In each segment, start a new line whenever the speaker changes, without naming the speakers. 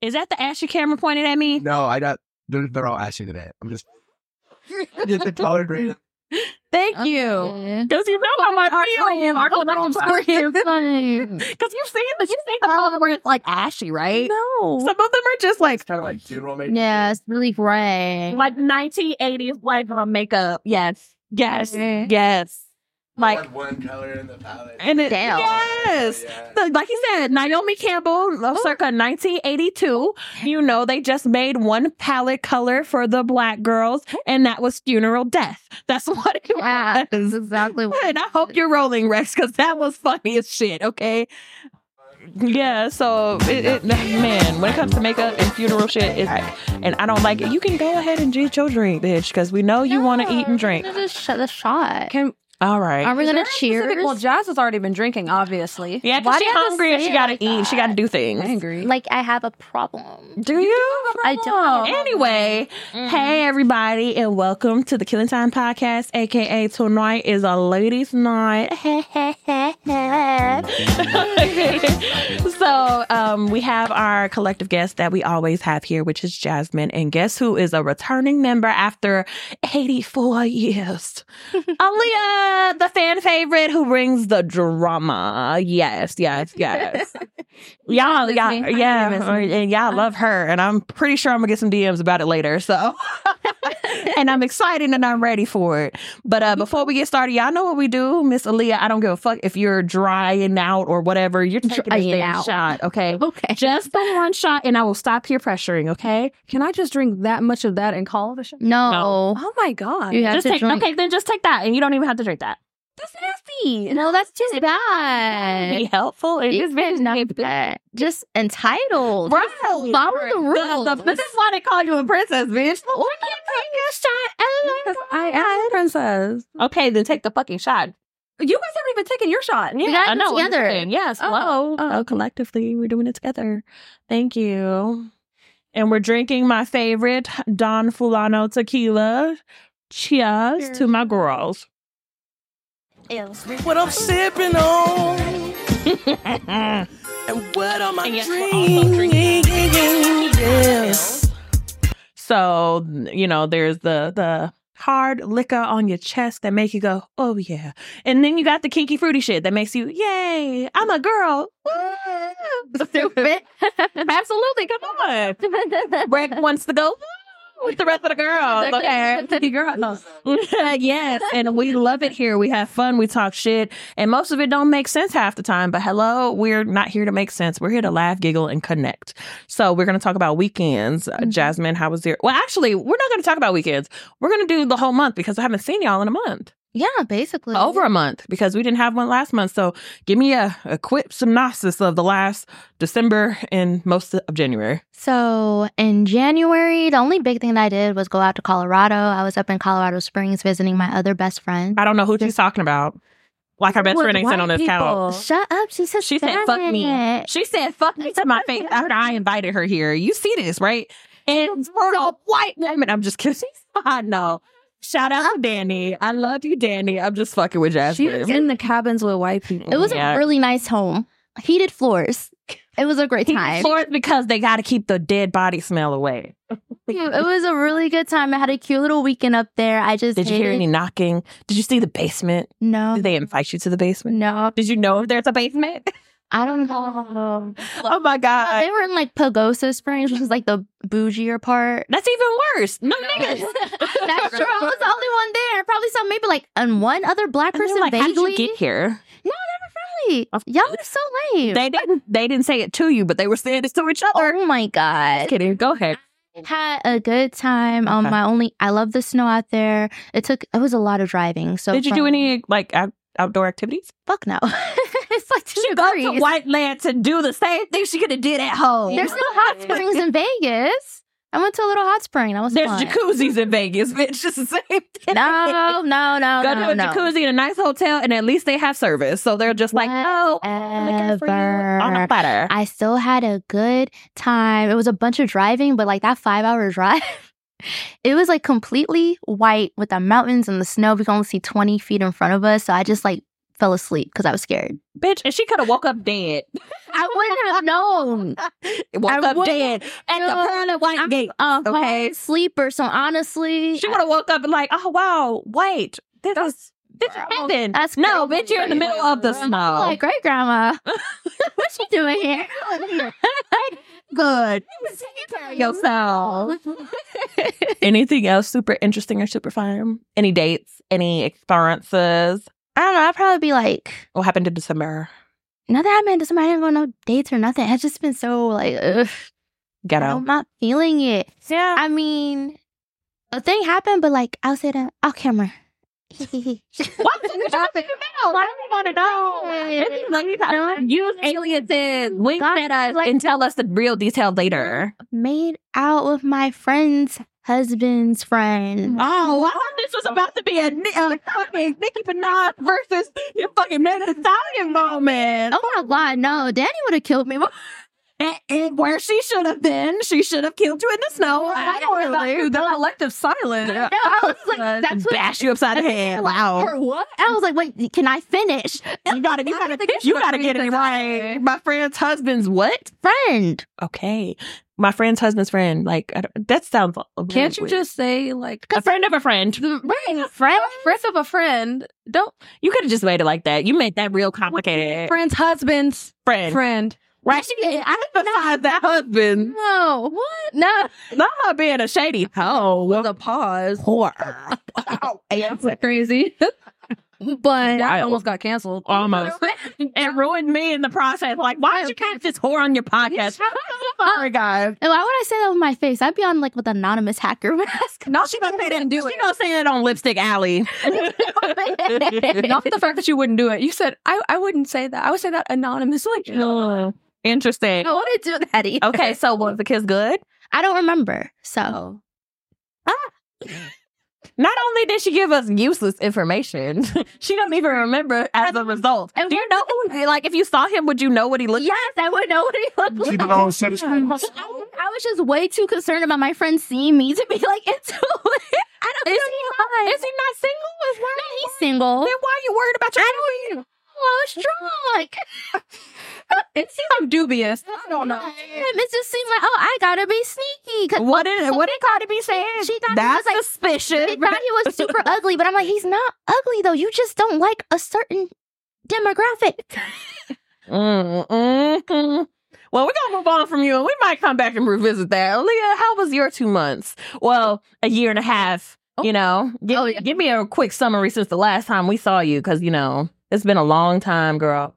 Is that the ashy camera pointed at me?
No, I got. They're, they're all ashy today. I'm just just a taller grade.
Thank
Uh,
you.
Yeah.
Because you know how much I am. I don't know for you.
Fine.
Because you've seen the, you've seen the problem where it's like ashy, right? No. Some of them are just like,
Kind of like funeral makeup.
yeah, it's really gray.
like 1980s black girl makeup. Yes. Yes.
Mhm.
Yes. Like,
one color in the palette.
and it,
Damn.
yes.
Yeah.
So, like you said, Naomi Campbell, uh, circa 1982. You know, they just made one palette color for the black girls, and that was funeral death. That's what it
Yeah, that's
was.
exactly what
And I hope you're rolling, Rex, because that was funny as shit, okay? Yeah, so it, it, man, when it comes to makeup and funeral shit, it's, and I don't like it, you can go ahead and eat your drink, bitch, because we know you want to eat and drink.
We're gonna just shut the shot.
Can
All right.
Are we
is there
gonna
a
cheers?
specific- Well, Jazz has already been drinking, obviously.
yeah,
Why
because
do you
she's
have to
hungry and
say
she
it
got to
like
eat, she got to
that?
do things.
Angry.
like I have a problem.
Do you?
I don't.
Anyway,
Mm-hmm.
hey everybody, and welcome to the Killing Time Podcast, aka tonight is a ladies' night. so um, we have our collective guest that we always have here, which is Jasmine, and guess who is a returning member after 84 years? Aaliyah, the fan favorite who brings the drama. Yes, yes, yes. y'all,
miss
y'all,
me. I
yeah,
really miss
and y'all love her, and I'm pretty sure I'm gonna get some DMs about it later. So, and I'm excited and I'm ready for it. But uh, before we get started, y'all know what we do, Miss Aaliyah. I don't give a fuck if you're drying out or whatever. You're taking a
Drying
damn
out.
shot, okay?
Okay.
Just the one shot, and I will stop peer pressuring. Okay,
Can I just drink that much of that and call it a show?
No.
Oh my god.
You have
just
to
take,
drink.
okay, then just take that, and you don't even have to drink that.
That's nasty. No, that's just bad.
Eh.
Be helpful. It is
It's
very
been not bad. Just entitled.
Right.
Follow the rules.
The- the- this is why they call you a princess, bitch.
Because I am a princess.
Okay, then take the fucking shot.
You guys haven't even taken your shot.
Yeah,
gotta do
what
it
I'm
together.
saying. Yes,
Oh,
hello.
oh.
Oh, collectively, we're doing it together. Thank you. And we're drinking my favorite Don Fulano tequila. Cheers,
Cheers.
to my girls.
what I'm sipping on and what am I drinking? Yes.
So you know, there's the the hard liquor on your chest that make you go, oh yeah, and then you got the kinky fruity shit that makes you, yay, I'm a girl. Woo!
Stupid.
Absolutely, come on. Greg wants to go "Woo," with the rest of the girls. Okay. yes, and we love it here. We have fun. We talk shit, and most of it don't make sense half the time. But hello, we're not here to make sense. We're here to laugh, giggle, and connect. So we're gonna talk about weekends. Uh, Jasmine, how was your? Well, actually, we're not gonna talk about weekends. We're gonna do the whole month because I haven't seen y'all in a month,
yeah, basically.
over a month, because we didn't have one last month. So give me a, a quick synopsis of the last December and most of January.
So in January, the only big thing that I did was go out to Colorado. I was up in Colorado Springs visiting my other best friend.
I don't know who she's talking about. Like our best
With
friend ain't sitting on
white
this couch.
people.
Shut up. She said,
She said, "Fuck me."
Spanish.
She said, fuck me to my face after I invited her here. You see this, right? And for a white woman, I'm just kidding. I know. Shout out to Danny. I love you, Danny. I'm just fucking with
She was
Jasmine.
in the cabins with white people.
It was
Yeah.
a really nice home. Heated floors. It was a great time.
For it because they got to keep the dead body smell away.
it was a really good time. I had a cute little weekend up there. I just
Did you hear
hated-
any knocking? Did you see the basement?
No,
Did they invite you to the basement?
no,
Did you know if there's a basement?
I don't know.
Oh my God.
They were in like Pagosa Springs, which is like the bougier part.
That's even worse. No,
That's
niggas.
true. I was the only one there. Probably saw maybe like and one other black
And they're
person
like, how did
vaguely.
you get here?
Really?
Of-
Y'all are so lame.
They didn't. They didn't say it to you, but they were saying it to each other.
oh my god.
Kidding. Go ahead.
Had a good time. Um,
Okay.
my only I love the snow out there. It took it was a lot of driving. So
Did you do
from-
any like out- outdoor activities?
Fuck no. it's like two
She got
degrees.
to white land to do the same thing she could have did at home.
There's no hot springs in Vegas. I went to a little hot spring. That was
There's
fun.
jacuzzis in Vegas, bitch. It's the same thing.
No, no, no,
Go
no,
to a
no.
jacuzzi in a nice hotel, and at least they have service. So they're just like, oh, looking for you on a
Ever.
platter.
I still had a good time. It was a bunch of driving, but like that five hour drive, it was like completely white with the mountains and the snow. We could only see 20 feet in front of us. So I just like fell asleep because I was scared.
Bitch, and she could have woke up dead.
I wouldn't have known.
Woke
I
up
would-
dead at Oh, the
Uh, No,
pearly white
I'm-
gate.
Okay,
Okay.
sleeper. So honestly,
She would have woke up and like, oh wow, wait, this is this
Wow.
happened.
That's
no,
crazy.
bitch, you're in the middle of the
I'm
snow.
like great grandma. What's she doing here?
good. Take care of yourself. Anything else super interesting or super fun? Any dates? Any experiences?
I don't know. I'd probably be like,
What happened in December?
nothing happened. December. I didn't go on no dates or nothing. It's just been so like, ugh,
Ghetto.
I'm not feeling it.
Um, Yeah.
I mean, a thing happened, but like I'll say that off camera.
What? Drop it. No, I don't want to know. It's like, I don't Use alien things, wink
God,
at us,
like-
and tell us the real detail later.
Made out with my friend's husband's friend.
Oh, I thought this was about to be a, Ni- a fucking Nicki Minaj versus your fucking Megan Thee Stallion moment.
Oh my god, no! Danny would have killed me.
And, and where she should have been, she should have killed you in the snow. I don't worry about you. The elective silence.
No, I was like, that's what.
bash you upside the head. Wow.
Or what? I was like, wait, can I finish?
You gotta, you gotta, you gotta get it right. My friend's husband's what?
Friend.
Okay, my friend's husband's friend. Like I don't, that sounds.
Can't you just say like
a friend of a friend?
right, friend, friend of a friend? Don't
You could have just made it like that. You made that real complicated.
friend's husband's
Friend,
friend.
right? She emphasized that husband,
No. What? No.
not her being a shady hoe. Well,
The pause.
whore.
Crazy, but
Wild.
that almost got canceled.
Almost. it ruined me in the process. Like, why did you catch this whore on your podcast? Sorry, guys.
And why would I say that with my face? I'd be on like with an anonymous hacker mask.
No, she gonna say that and do it. She gonna say that on Lipstick Alley.
Not the fact that you wouldn't do it. You said I, I wouldn't say that. I would say that anonymously.
Interesting.
I wouldn't do that either.
Okay, so was the kiss good?
I don't remember. So
Not only did she give us useless information, she don't even remember as a result.
And
do you know who? Like, if you saw him, would you know what he looked? like?
yes, I would know what he looked
Keep
like.
it on set.
I was just way too concerned about my friend seeing me to be like into it. I don't
Is
know why.
Is he not single? Is why?
No, he's single.
Then why are you worried about your? I don't
Oh, I was drunk.
It seems dubious. I don't know.
It just seemed like, oh, I gotta be sneaky. 'Cause
What did what did Cardi B say?
She thought he
That's
was, like,
suspicious.
It thought he was super ugly, but I'm like, he's not ugly though. You just don't like a certain demographic.
Mm, mm, mm. Well, we're gonna move on from you, and we might come back and revisit that. Leah, how was your two months? Well, a year and a half. You know, give,
Oh, yeah.
give me a quick summary since the last time we saw you, because you know it's been a long time, girl.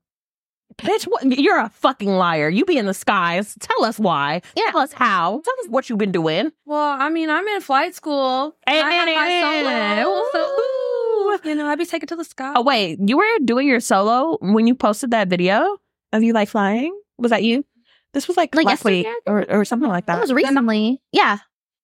Bitch, what, you're a fucking liar. You be in the skies. Tell us why.
Yeah.
Tell us how. Tell us what you've been doing.
Well, I mean, I'm in flight school. I have my solo, so,
Ooh.
you know, I'd be taken to the sky.
Oh wait, you were doing your solo when you posted that video of you like flying. Was that you? This was like,
Like
last week
yesterday?
or, or something like that.
That was recently. Yeah.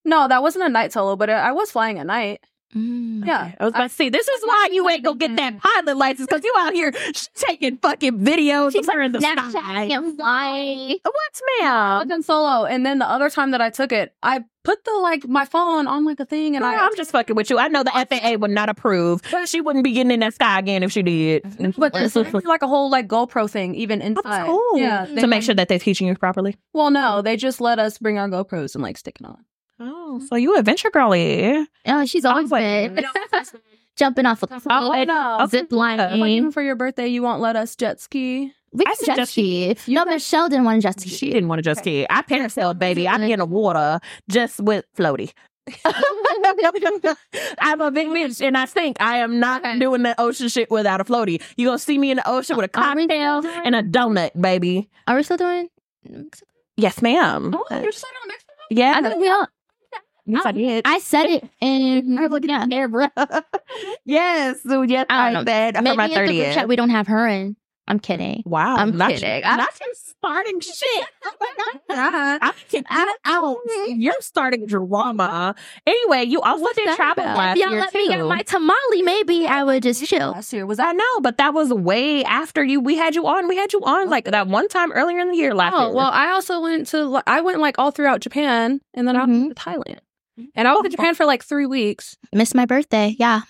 No, that wasn't a night solo, but I was flying at night.
Mm.
Yeah.
I was about to see. This is why you ain't gonna get that pilot license because you out here sh- taking fucking videos.
She's
of her in the sky.
Snapchat and fly.
What's
I
ma'am?
was in solo, and then the other time that I took it, I put the like my phone on like a thing, and
Girl,
I.
I'm just fucking with you. I know the FAA would not approve. She wouldn't be getting in that sky again if she did.
But there's actually, like a whole like GoPro thing even inside.
cool.
Yeah. they-
to make sure that they're teaching you properly.
Well, no, they just let us bring our GoPros and like stick it on.
Oh, so you adventure girly?
Oh, she's always
wait.
been jumping off a
Oh,
cliff,
and-
no.
zip
Like, even
lining.
for your birthday, you won't let us jet ski.
We
I
can jet
suggest
ski. No, Michelle didn't want to jet ski.
She didn't want to just kid. I parasailed, baby. I'm in the water just with floaty. I'm a big bitch and I think I am not doing the ocean shit without a floaty. You gonna see me in the ocean with a
Are we
cocktail
doing-
and a donut, baby.
Are we still doing?
Yes, ma'am.
just on Mexico?
Oh, I
Yeah,
think we all.
yes, I did.
I said it, and I was looking at
yes, so yes,
I
I,
don't
did for my
Maybe in the group chat
thirtieth.
we don't have her in. I'm kidding.
Wow,
I'm
not
kidding.
You,
I'm-
not you starting shit. I'm kicking it out.
Mm-hmm.
You're starting drama. Anyway, you also did
that
travel
about?
last
if y'all
year
let
too.
me get my tamale, maybe I would just chill.
Last year was
I
that?
know, but that was way after you. We had you on. We had you on like that one time earlier in the year last
Oh
year.
well, I also went to like, I went like all throughout Japan and then out
Mhm.
to Thailand, and I was in Japan for like three weeks.
Missed my birthday. Yeah.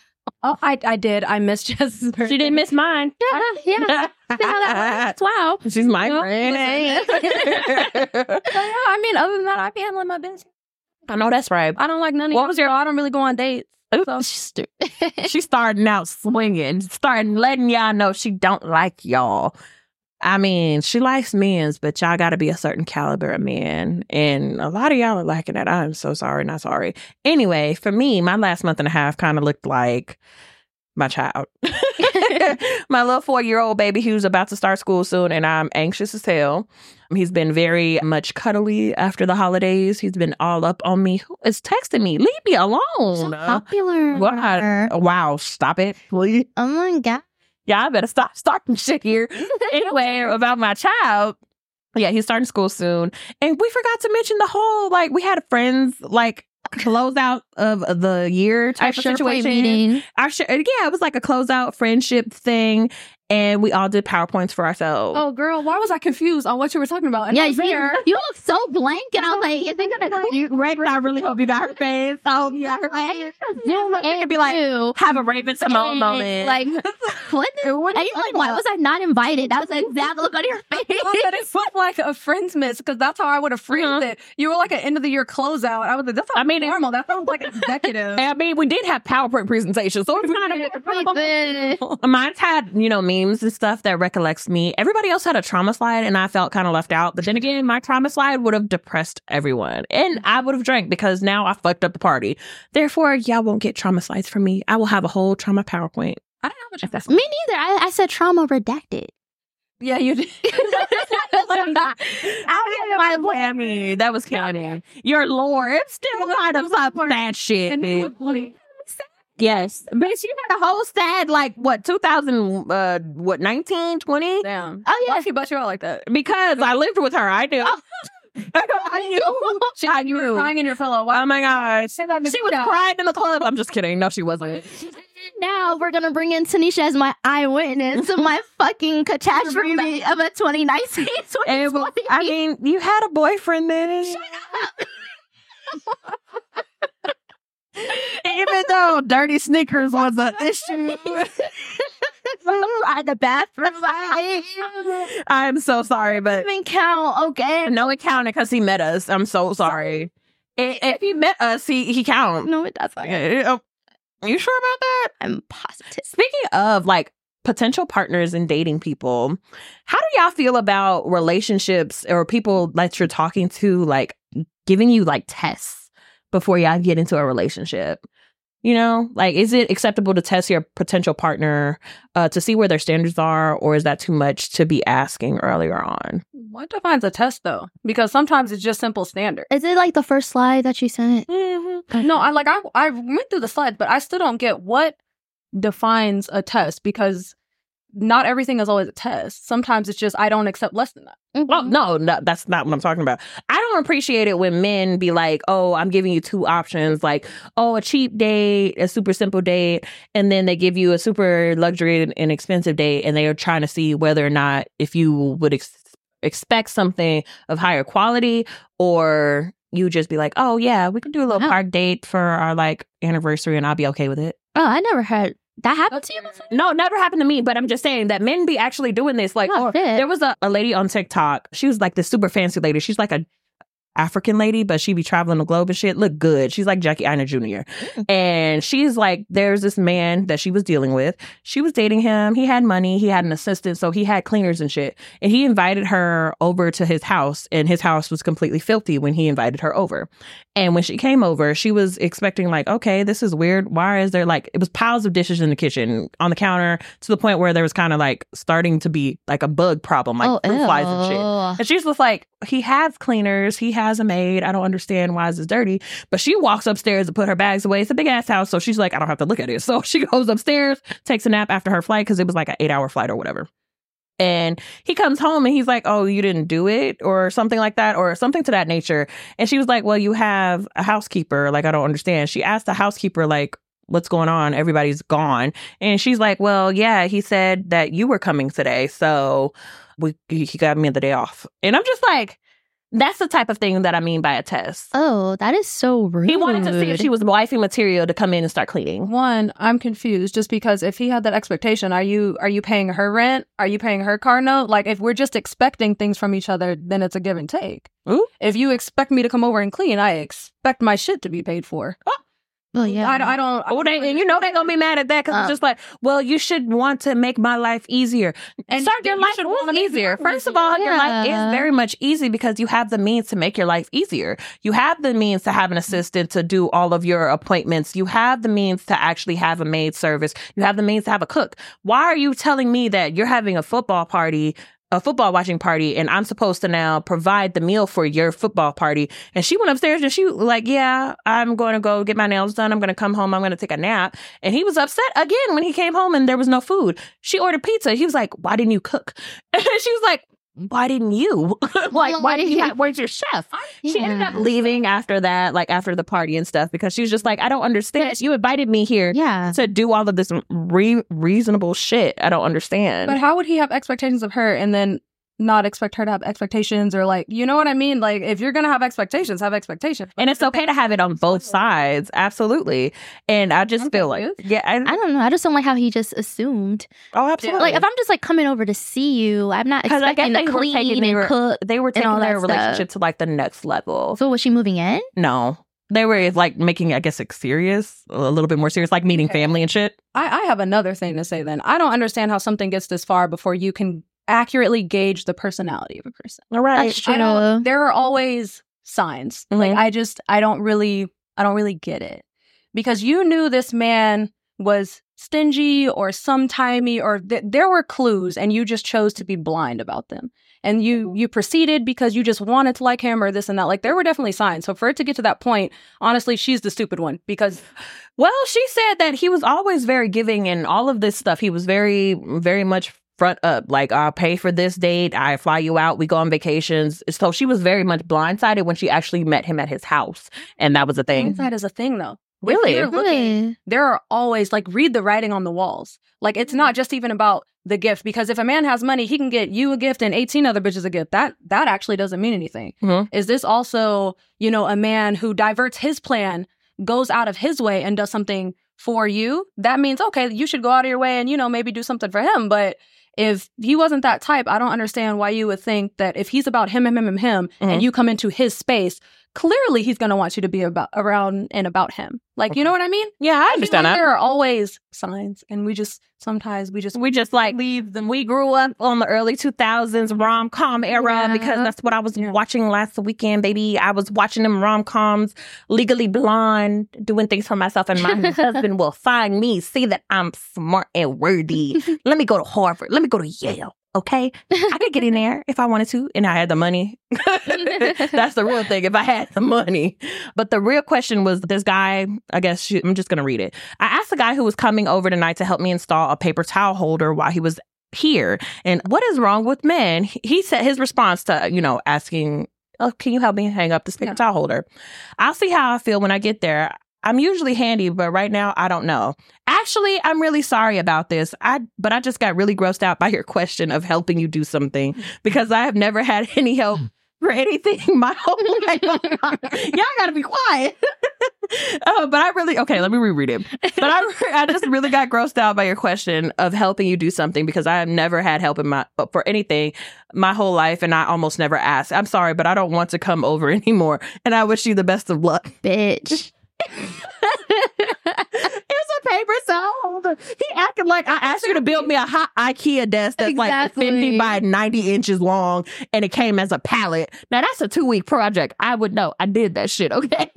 Oh, I, I did. I missed Jess's birthday.
She didn't miss mine.
Uh, yeah. See how that works? Wow.
She's my
No,
friend.
So, yeah, I mean, other than that, I be handling my business.
I know that's right.
I don't like none of
What
y'all,
was your-
so I don't really go on dates. So-
She's stupid. She's starting out swinging, starting letting y'all know she don't like y'all. I mean, she likes men's, but y'all got to be a certain caliber of men, and a lot of y'all are lacking that. I'm so sorry, not sorry. Anyway, for me, my last month and a half kind of looked like my child, my little four year old baby who's about to start school soon, and I'm anxious as hell. He's been very much cuddly after the holidays. He's been all up on me. Who is texting me? Leave me
So
alone.
popular.
What? Wow, stop it, please.
Oh my god.
Yeah, I better stop starting shit here. anyway, about my child. Yeah, he's starting school soon. And we forgot to mention the whole like we had friends like closeout of the year
Our
type of
SharePoint
situation.
meeting.
Our share, yeah, it was like a closeout friendship thing. And we all did PowerPoints for ourselves.
Oh, girl, why was I confused on what you were talking about? And
yeah,
I was
you,
there.
you look so blank, and I was like, "Is it gonna go?"
you, right I really hope you got her face. Oh, yeah.
You look
could be like, Have a Raven Simone moment.
Like, what? The, and you're like, why was I not invited? That was the exact look on your face.
I said it looked like a friends miss because that's how I would have phrased
Uh-huh.
it. You were like an end of the year closeout. I was like, that's
I
not
mean, it-
normal. That sounds like executive.
I mean, we did have PowerPoint presentations, so it's kind of
Like, uh,
Mine's had, you know, memes and stuff that recollects me. Everybody else had a trauma slide and I felt kind of left out. But then again, my trauma slide would have depressed everyone and I would have drank because now I fucked up the party. Therefore, y'all won't get trauma slides from me. I will have a whole trauma PowerPoint.
I don't know what
If that's
Me neither. I, I said trauma redacted.
Yeah, you did.
I my whammy. That was counting. Your lore. It's still kind of some sad shit, bitch. Yes. Bitch, you had a whole sad, like, what, 2000, uh, what, 19, 20?
Damn.
Oh
Why
yeah.
she bust you out like that?
Because I lived with her. I knew. Oh. I knew. I knew.
Crying in your pillow. Why?
Oh my gosh.
Say that, Miss
She was
Ida.
crying in the club. I'm just kidding. No, she wasn't.
Now we're gonna bring in Tanisha as my eyewitness to my fucking catastrophe of a 2019.
And, well, I mean, you had a boyfriend then. Even though dirty sneakers was an issue.
I the bathroom. I
I'm so sorry, but
even count. Okay.
no, it counted because he met us. I'm so sorry. I- If he met us, he he counts.
No, it doesn't.
oh, You sure about that?
I'm positive.
Speaking of like potential partners and dating people, how do y'all feel about relationships or people that you're talking to like giving you like tests before y'all get into a relationship? You know, like is it acceptable to test your potential partner uh, to see where their standards are, or is that too much to be asking earlier on?
What defines a test though? Because sometimes it's just simple standard.
Is it like the first slide that you sent?
No, I like I I went through the slides, but I still don't get what defines a test because not everything is always a test. Sometimes it's just I don't accept less than that.
Well,
Mm-hmm.
no, no, that's not what I'm talking about. I don't appreciate it when men be like, oh, I'm giving you two options, like, oh, a cheap date, a super simple date, and then they give you a super luxury and- and expensive date, and they are trying to see whether or not if you would ex- expect something of higher quality or you just be like, oh, yeah, we can do a little
Wow.
park date for our like anniversary, and I'll be okay with it.
Oh, I never heard that happen to you
That's
before.
No, never happened to me, but I'm just saying that men be actually doing this. Like,
Oh,
or-
shit.
there was a, a lady on TikTok. She was like this super fancy lady. She's like a African lady, but she be traveling the globe and shit. Look good. She's like Jackie Ina Jr. And she's like, there's this man that she was dealing with. She was dating him. He had money. He had an assistant, so he had cleaners and shit. And he invited her over to his house, and his house was completely filthy when he invited her over. And when she came over, she was expecting, like, okay, this is weird. Why is there like, it was piles of dishes in the kitchen on the counter to the point where there was kind of like starting to be like a bug problem, like
Oh,
fruit flies and shit. And she's just like, he has cleaners, he has a maid. I don't understand why is this dirty. But she walks upstairs to put her bags away. It's a big ass house, so she's like, I don't have to look at it. So she goes upstairs, takes a nap after her flight because it was like an eight hour flight or whatever. And he comes home and he's like, Oh, you didn't do it, or something like that, or something to that nature. And she was like, Well, you have a housekeeper. Like, I don't understand. She asked the housekeeper, like, What's going on? Everybody's gone. And she's like, Well, yeah, he said that you were coming today. So we, he got me the day off. And I'm just like, That's the type of thing that I mean by a test.
Oh, that is so rude.
He wanted to see if she was wifey material to come in and start cleaning.
One, I'm confused just because if he had that expectation, are you are you paying her rent? Are you paying her car note? Like if we're just expecting things from each other, then it's a give and take.
Ooh.
If you expect me to come over and clean, I expect my shit to be paid for.
Well, yeah.
I, don't- I don't.
Oh, they, and you know they're gonna be mad at that because
Uh.
it's just like, well, you should want to make my life easier. And
And
Sir, your
you
life
should
was
wanna make
easier.
your
First of all, your life
Yeah.
is very much easy because you have the means to make your life easier. You have the means to have an assistant to do all of your appointments. You have the means to actually have a maid service. You have the means to have a cook. Why are you telling me that you're having a football party? A football watching party, and I'm supposed to now provide the meal for your football party. And she went upstairs and she was like, "Yeah, I'm going to go get my nails done. I'm going to come home. I'm going to take a nap." And he was upset again when he came home and there was no food. She ordered pizza. He was like, "Why didn't you cook?" And she was like, "Why didn't you? like, why didn't you? Have, where's your chef?" She ended up
Yeah.
leaving after that, like after the party and stuff, because she was just like, "I don't understand. You invited me here
Yeah.
to do all of this re- reasonable shit. I don't understand."
But how would he have expectations of her and then not expect her to have expectations or like you know what I mean? Like if you're gonna have expectations, have expectations.
and it's okay to have it on both sides, absolutely. And I just
I'm
feel like,
confused.
yeah, I,
I don't know. I just don't like how he just assumed.
oh, absolutely.
Like, if I'm just like coming over to see you, I'm not
'Cause I guess
expecting
they
to
were taking
clean
their-
and cook.
they were taking
all
their
that stuff.
relationship to like the next level.
So was she moving in?
No. They were like making, I guess, like serious, a little bit more serious, like meeting family and shit.
I, I have another thing to say then. I don't understand how something gets this far before you can accurately gauge the personality of a person.
All right.
That's
I don't,
true.
there are always signs.
Mhm.
Like I just I don't really I don't really get it. Because you knew this man was stingy or sometimey or th- there were clues and you just chose to be blind about them. And you you proceeded because you just wanted to like him or this and that. Like there were definitely signs. So for it to get to that point, honestly, she's the stupid one because
Well, she said that he was always very giving and all of this stuff. He was very, very much front up. Like, I'll pay for this date. I fly you out. We go on vacations. So she was very much blindsided when she actually met him at his house. And that was a thing.
hindsight is a thing though.
Really?
If you're looking-
Really?
there are always like read the writing on the walls. Like it's not just even about the gift because if a man has money, he can get you a gift and 18 other bitches a gift. That that actually doesn't mean anything.
Mhm.
Is this also, you know, a man who diverts his plan, goes out of his way and does something for you? That means okay, you should go out of your way and you know maybe do something for him, but if he wasn't that type, I don't understand why you would think that if he's about him, him, him, him, him,
Mhm.
and you come into his space, clearly he's going to want you to be about around and about him. Like, you know what I mean?
Mm-hmm. Yeah, I
I feel
understand
like
that.
There are always signs, and we just sometimes we just
We just like leave them. We grew up on the early 2000s rom com era
Yeah.
because that's what I was watching last weekend, baby. I was watching them rom coms, legally blonde, doing things for myself, and my husband will find me, see that I'm smart and worthy. Let me go to Harvard. Let me go to Yale. Okay, I could get in there if I wanted to, and I had the money. That's the real thing. If I had the money, but the real question was this guy. I guess shoot, I'm just gonna read it. I asked the guy who was coming over tonight to help me install a paper towel holder while he was here. And what is wrong with men? He- He said his response to, you know, asking, Oh, can you help me hang up this paper
Yeah.
towel holder? I'll see how I feel when I get there. I'm usually handy, but right now I don't know. Actually, I'm really sorry about this. I but I just got really grossed out by your question of helping you do something because I have never had any help for anything my whole life. Y'all gotta be quiet. Uh, but I really okay. Let me reread it. But I, I just really got grossed out by your question of helping you do something because I have never had help in my for anything my whole life, and I almost never asked. I'm sorry, but I don't want to come over anymore, and I wish you the best of luck.
Bitch.
It's a paper towel. He acted like I asked you to build me a hot IKEA desk that's
Exactly.
like 50 by 90 inches long and it came as a pallet. Now that's a two week project. I would know. I did that shit, okay?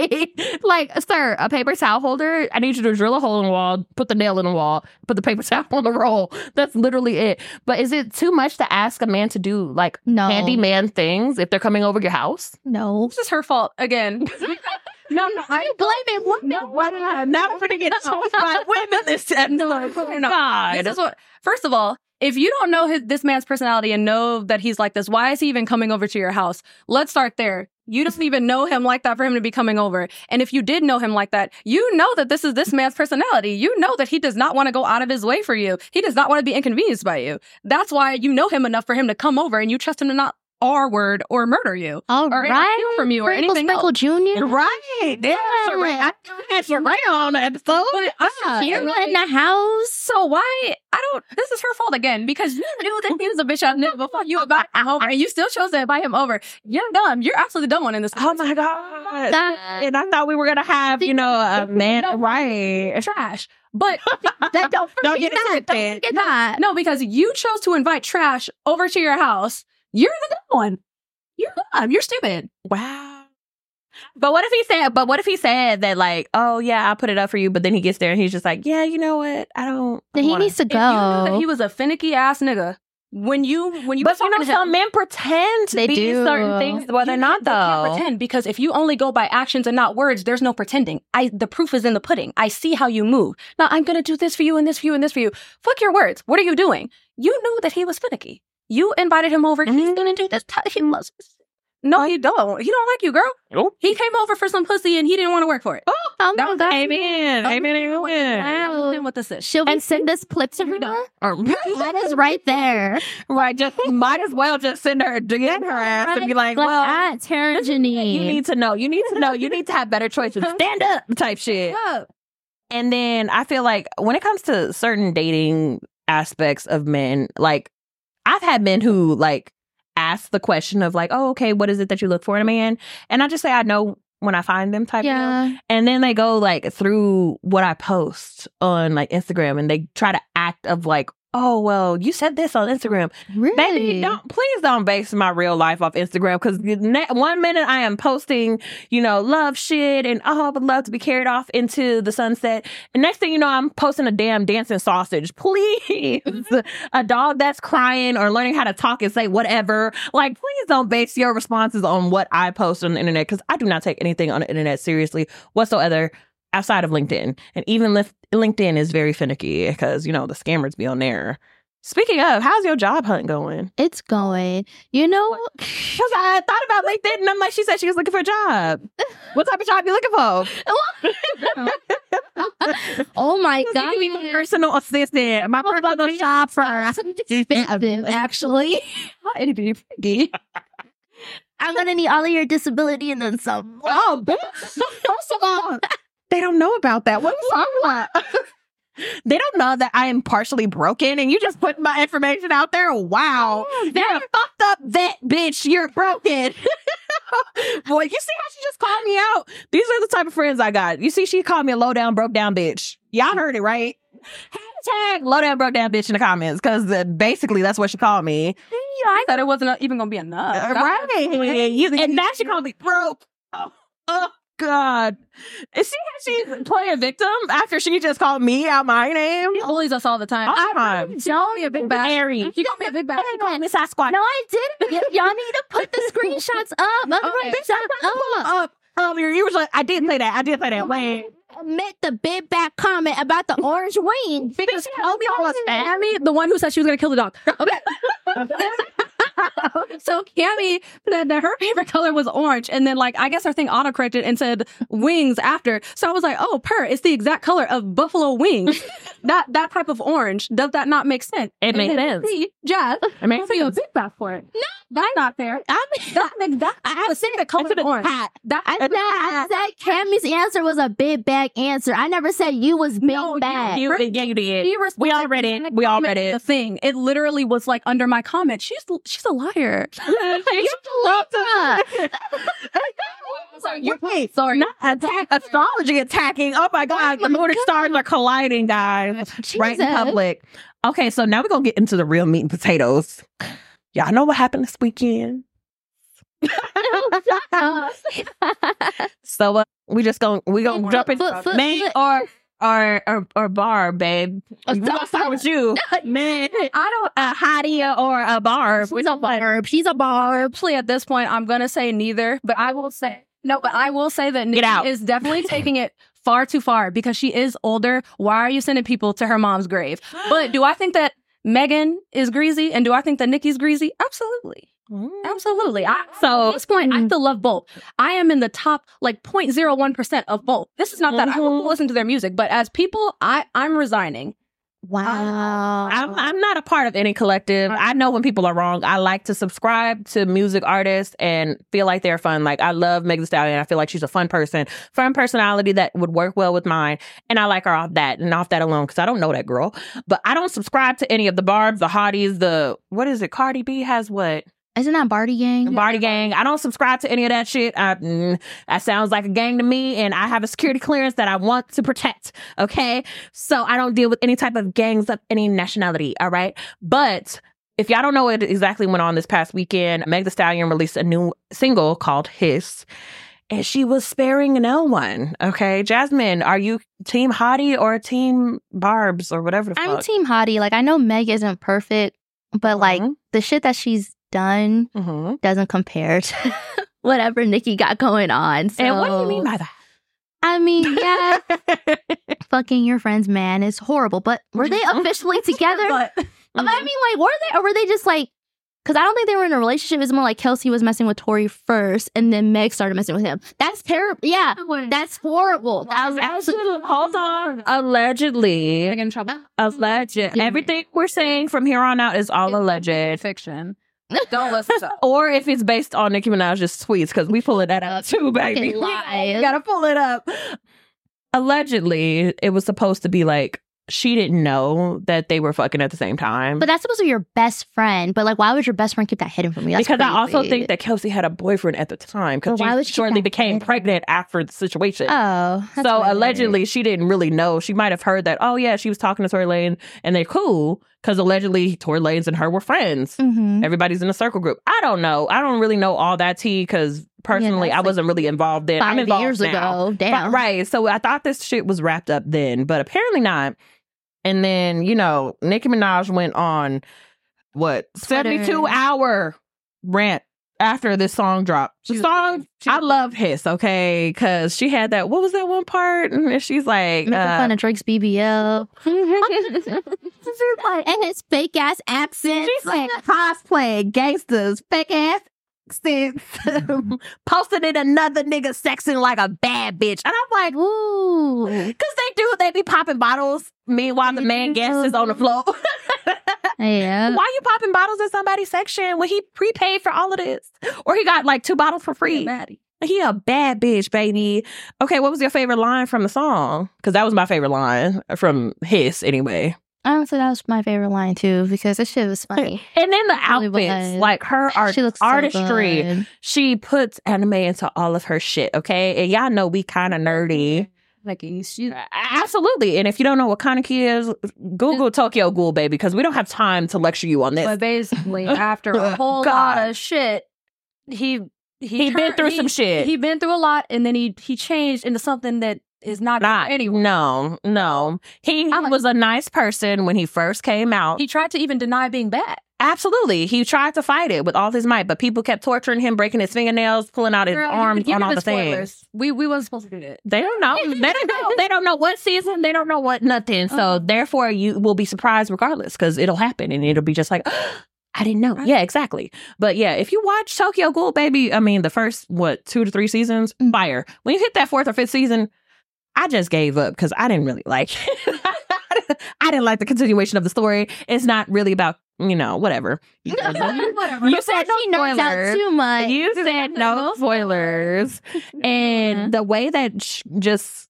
like, sir, a paper towel holder, I need you to drill a hole in the wall, put the nail in the wall, put the paper towel on the roll. That's literally it. But is it too much to ask a man to do like
No.
handyman things if they're coming over your house?
No.
this is her fault again.
No, no, I blame it. Women. No, why not? I'm not going to get told by women this time. No,
no.
God.
this is what. First of all, if you don't know his, this man's personality and know that he's like this, why is he even coming over to your house? Let's start there. You don't even know him like that for him to be coming over. And if you did know him like that, you know that this is this man's personality. You know that he does not want to go out of his way for you. He does not want to be inconvenienced by you. That's why you know him enough for him to come over and you trust him to not R word or murder you
All
or anything
right.
from you or
Sprinkle
anything else.
Sprinkle Junior.
Right. Yeah. I had Soraya on the episode.
But I
You're
can't really-
in the house.
So why? I don't. This is her fault again because you knew that he was a bitch out there before you got out, and you still chose to invite him over. You're dumb. You're absolutely dumb one in
Um,
this.
Oh my God.
That,
And I thought we were going to have, you know, a man. Right.
trash. But
that don't
Don't get
forget that.
it twisted.
Forget that.
no, because you chose to invite trash over to your house. You're the dumb one. You're dumb. You're stupid.
Wow. But what if he said, but what if he said that, like, oh, yeah, I put it up for you, but then he gets there and he's just like, yeah, you know what? I don't.
Then he needs to
If you knew that
go.
he was a finicky ass nigga when you when you
But
were
you know,
talking to him-
some men pretend to
They
be
do.
certain things, well,
You
they're not,
can't- they can't
though.
pretend because if you only go by actions and not words, there's no pretending. I the proof is in the pudding. I see how you move. Now I'm gonna do this for you and this for you and this for you. Fuck your words. What are you doing? You knew that he was finicky. You invited him over.
Mm-hmm.
He's gonna do this. Tell- He loves. No, he don't. He don't like you, girl.
Nope.
He came over for some pussy and he didn't want to work for it.
Oh
That
my
was-
God.
Amen. Amen. Amen.
Wow.
And what this is?
Should we send this clip to her? That is right there.
right. Just might as well just send her, get her ass and be like,
Like,
well,
ah, it's her and
You
Janine.
need to know. You need to know. You need to have better choices. Stand up type shit. And then I feel like when it comes to certain dating aspects of men, like I've had men who like ask the question of like, oh, okay, what is it that you look for in a man? And I just say I know when I find them type. Yeah.
yeah.
And then they go like through what I post on like Instagram and they try to act of like, oh well, you said this on Instagram.
Really?
Baby, don't please don't base my real life off Instagram because one minute I am posting, you know, love shit and oh, I would love to be carried off into the sunset. And next thing you know, I'm posting a damn dancing sausage. Please, a dog that's crying or learning how to talk and say whatever. Like, please don't base your responses on what I post on the internet because I do not take anything on the internet seriously whatsoever outside of LinkedIn. And even lif- LinkedIn is very finicky because you know the scammers be on there. Speaking of, how's your job hunt going?
It's going. You know,
Because I thought about LinkedIn and I'm like, she said she was looking for a job. What type of job you looking for?
oh my
You
God.
can be my personal assistant, my personal job for
Actually, I'm going to need all of your disability and then some.
Oh, bitch. First of all, they don't know about that. What was I like? They don't know that I am partially broken and you just put my information out there. Wow. You're a fucked up vet, bitch. You're broken. Boy, you see how she just called me out? These are the type of friends I got. You see, she called me a low down, broke down bitch. Y'all heard it, right? Hashtag low down, broke down bitch in the comments because uh, basically that's what she called me.
I
That it wasn't even gonna be enough.
Uh, right. You- and now she called me broke. Oh, oh, God. Is she she's playing victim after she just called me out my name? Oh,
She bullies us all the time.
I'm
Don't be a big
Mary.
She called me a big bad.
Miss Sasquatch.
No, I didn't. Y- Y'all need to put the screenshots up. Otherwise, shut up.
Up earlier, you was like, I did say that. I did say that. Wait,
Admit the big back comment about the orange wing.
because Kobe almost fat.
Cammy, the one who said she was gonna kill the dog. so Cammy, the, the- her favorite color was orange, and then like I guess her thing autocorrected and said wings after. So I was like, oh, per, it's the exact color of buffalo wings. that that type of orange. Does that not make sense?
It makes
and
sense.
See, Jeff,
I mean,
give me a big bath for it. No, that's not fair.
I
That that, that I was saying the color
It's a-
of orange. That
I said, I said Cammy's answer was a big bag answer. I never said you was big
No, you-
bag.
you, yeah, you did.
She
We
responded
all read it. We all read
The
it.
thing. It literally was like under my comment. She's she's a liar.
Wait,
Sorry.
not attack astrology attacking. Oh my god, the morning stars are colliding, guys. Right in
Jesus.
public. Okay, so now we're gonna get into the real meat and potatoes. Y'all know what happened this weekend. So uh, we just gonna we gonna jump into
Foot, foot,
man
foot.
or or or or bar, babe. We gonna start with you, man. I don't a hottie or a bar.
She's a barb. She's a barb.
Actually, at this point, I'm gonna say neither, but I will say no. But I will say that Nikki
out.
is definitely taking it far too far because she is older. Why are you sending people to her mom's grave? But do I think that Megan is greasy, and do I think that Nikki's greasy? Absolutely, absolutely. I, so at
So
this point, I still love both. I am in the top like 0.01 percent of both. This is not that I will
Mhm.
listen to their music, but as people, I I'm resigning.
Wow.
Uh, I'm, I'm not a part of any collective. I know when people are wrong. I like to subscribe to music artists and feel like they're fun. Like I love Meg Thee Stallion. I feel like she's a fun person, fun personality that would work well with mine. And I like her off that and off that alone because I don't know that girl. But I don't subscribe to any of the Barb's, the Hotties, the what is it? Cardi B has what?
Isn't that Barty Gang?
Barty Gang. I don't subscribe to any of that shit. I, mm, that sounds like a gang to me, and I have a security clearance that I want to protect. Okay, so I don't deal with any type of gangs of any nationality. All right, but. If y'all don't know what exactly went on this past weekend, Meg Thee Stallion released a new single called Hiss, and she was sparing no one. Okay, Jasmine, are you Team Hottie or Team Barb's or whatever the fuck?
I'm Team Hottie. Like, I know Meg isn't perfect, but like
Mhm.
the shit that she's done
Mhm.
doesn't compare to whatever Nikki got going on. So,
And what do you mean by
I mean, yeah,
that?
fucking your friend's man is horrible, but were they officially together?
Mm-hmm.
I mean, like, were they, or were they just like, because I don't think they were in a relationship. It's more like Kelsey was messing with Tori first, and then Meg started messing with him. That's terrible. Yeah, that's horrible. That was, that was
Hold on. Allegedly.
in trouble.
Alleged. Everything we're saying from here on out is all alleged.
Fiction. Don't listen to
Or if it's based on Nicki Minaj's tweets, because we pulling that up too, baby.
fucking lies.
We gotta pull it up. Allegedly, it was supposed to be like she didn't know that they were fucking at the same time.
But that's supposed to be your best friend. But like, why would your best friend keep that hidden from you? That's
because I also
crazy.
think that Kelsey had a boyfriend at the time
But
because
why would
she
she
shortly
have
became
it?
pregnant after the situation.
Oh, that's
so
weird.
allegedly, she didn't really know. She might have heard that. Oh yeah, she was talking to Tory Lane, and they're cool because allegedly Tory Lanez and her were friends.
Mhm.
Everybody's in a circle group. I don't know. I don't really know all that tea because personally,
that's
I
like
wasn't really involved then. I'm
five
involved
years
now.
ago.
Fi-
Damn,
right. So I thought this shit was wrapped up then, but apparently not. And then you know, Nicki Minaj went on what seventy two hour rant after this song dropped. The song I love Hiss, okay, because she had that. What was that one part? Mm, And she's like,
Making
uh,
fun of Drake's BBL and his fake ass accent.
She's like cosplay gangsters, fake ass accents, Mm-hmm. posted in another nigga sexing like a bad bitch, and I'm like,
ooh,
because they do, they be popping bottles. Meanwhile, the man guest is on the floor.
yeah.
Mm-hmm. Uh, Why you popping bottles in somebody's section when he prepaid for all of this, or he got like two bottles for free?
Maddie.
He a bad bitch, baby. Okay, what was your favorite line from the song? Because that was my favorite line from Hiss, anyway.
Honestly, that was my favorite line too because this shit was funny.
And then the
Really
outfits,
was.
like her art,
she looks so
artistry.
good.
she puts anime into all of her shit, okay? And y'all know we kind of nerdy.
Nikki, she
Absolutely. And if you don't know what Kaneki is, Google Tokyo Ghoul, baby, because we don't have time to lecture you on this.
But basically, after a whole
God.
lot of shit, he he,
He been through some shit.
He been through a lot, and then he he changed into something that is not,
not
anyone.
no no he
I'm like-
was a nice person when he first came out
He tried to even deny being bad.
absolutely he tried to fight it with all his might but people kept torturing him breaking his fingernails pulling out his
Girl, you-
arms
you
on
did
all the things
spoilers. We we wasn't supposed to do that.
They don't know. They don't know. They don't know what season. They don't know what nothing. So therefore, you will be surprised regardless because it'll happen and it'll be just like, I didn't know. Yeah, exactly. But yeah, if you watch Tokyo Ghoul, baby, I mean the first what two to three seasons,
Mm.
fire. When you hit that fourth or fifth season, I just gave up because I didn't really like. I didn't like the continuation of the story. It's not really about you know whatever. You said
Whatever.
You said no
she nerds
spoiler.
out too much.
you said no spoilers,
Mm-hmm.
and the way that sh- just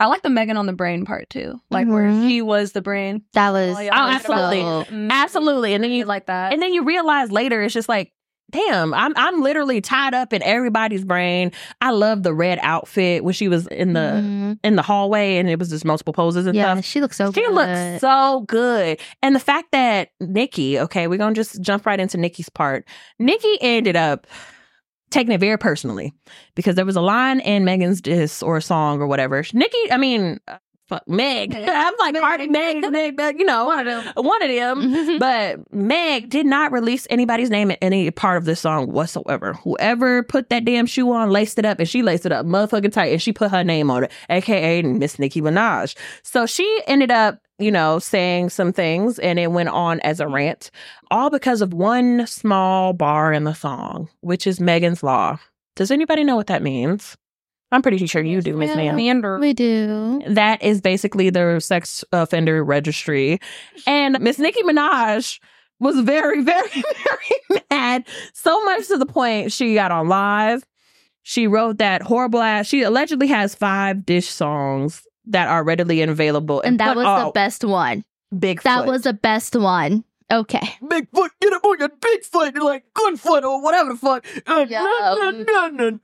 I like the Megan on the brain part too, like
Mhm.
where he was the brain.
That was
Oh,
oh
yeah.
absolutely.
so-
Absolutely. And then
You
you like
Mm-hmm. like that?
and then you realize later it's just like, damn, I'm I'm literally tied up in everybody's brain. I love the red outfit when she was in the
Mhm.
in the hallway and it was just multiple poses and
yeah,
stuff.
she looks so.
She
good.
looks so good. And the fact that Nikki, okay, we're gonna just jump right into Nikki's part. Nikki ended up taking it very personally because there was a line in Megan's disc or song or whatever. Nikki, I mean, uh, fuck, Meg. I'm like, Cardi, Meg, Meg, but you know, one of them. One of them. But Meg did not release anybody's name in any part of this song whatsoever. Whoever put that damn shoe on laced it up, and she laced it up motherfucking tight, and she put her name on it, aka Miss Nicki Minaj. So she ended up, you know, saying some things, and it went on as a rant, all because of one small bar in the song, which is Megan's Law. Does anybody know what that means? I'm pretty sure you do, Miss Ma'am.
Meander.
We do.
That is basically the sex offender registry. And Miss Nicki Minaj was very, very, very mad. So much to the point she got on live. She wrote that horrible ass. She allegedly has five dish songs that are readily available.
And that was the
best.
best one.
Bigfoot.
That was the best one. Okay.
Bigfoot, get up on your Bigfoot, you're like Goodfoot or whatever the fuck. Uh,
Yeah, um,
nun, nun, nun, nun.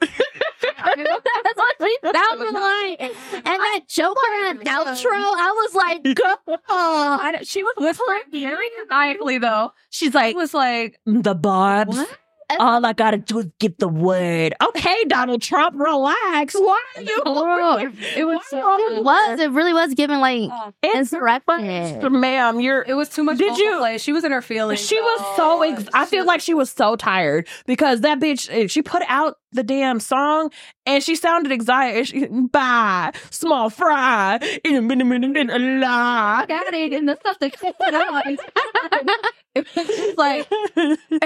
That's what she sounded like. And that Joker and outro, I was like, girl.
I, don't- she was whispering very maniacally though. She's like, was like,
the barbs.
What?
All I gotta do is give the word. Okay, Donald Trump, relax. Why are you? Oh,
it was,
It was. It really was giving like insurrection.
ma'am. You're.
it was too much.
Did
vocal
you-
play. She was in her feelings.
She was
Oh,
so. Ex- I feel like she was so tired because that bitch. eh, She put out the damn song and she sounded excited. She, Bye, small fry in a minute, minute, minute, a lie.
got it, and the stuff that she put out. it was just like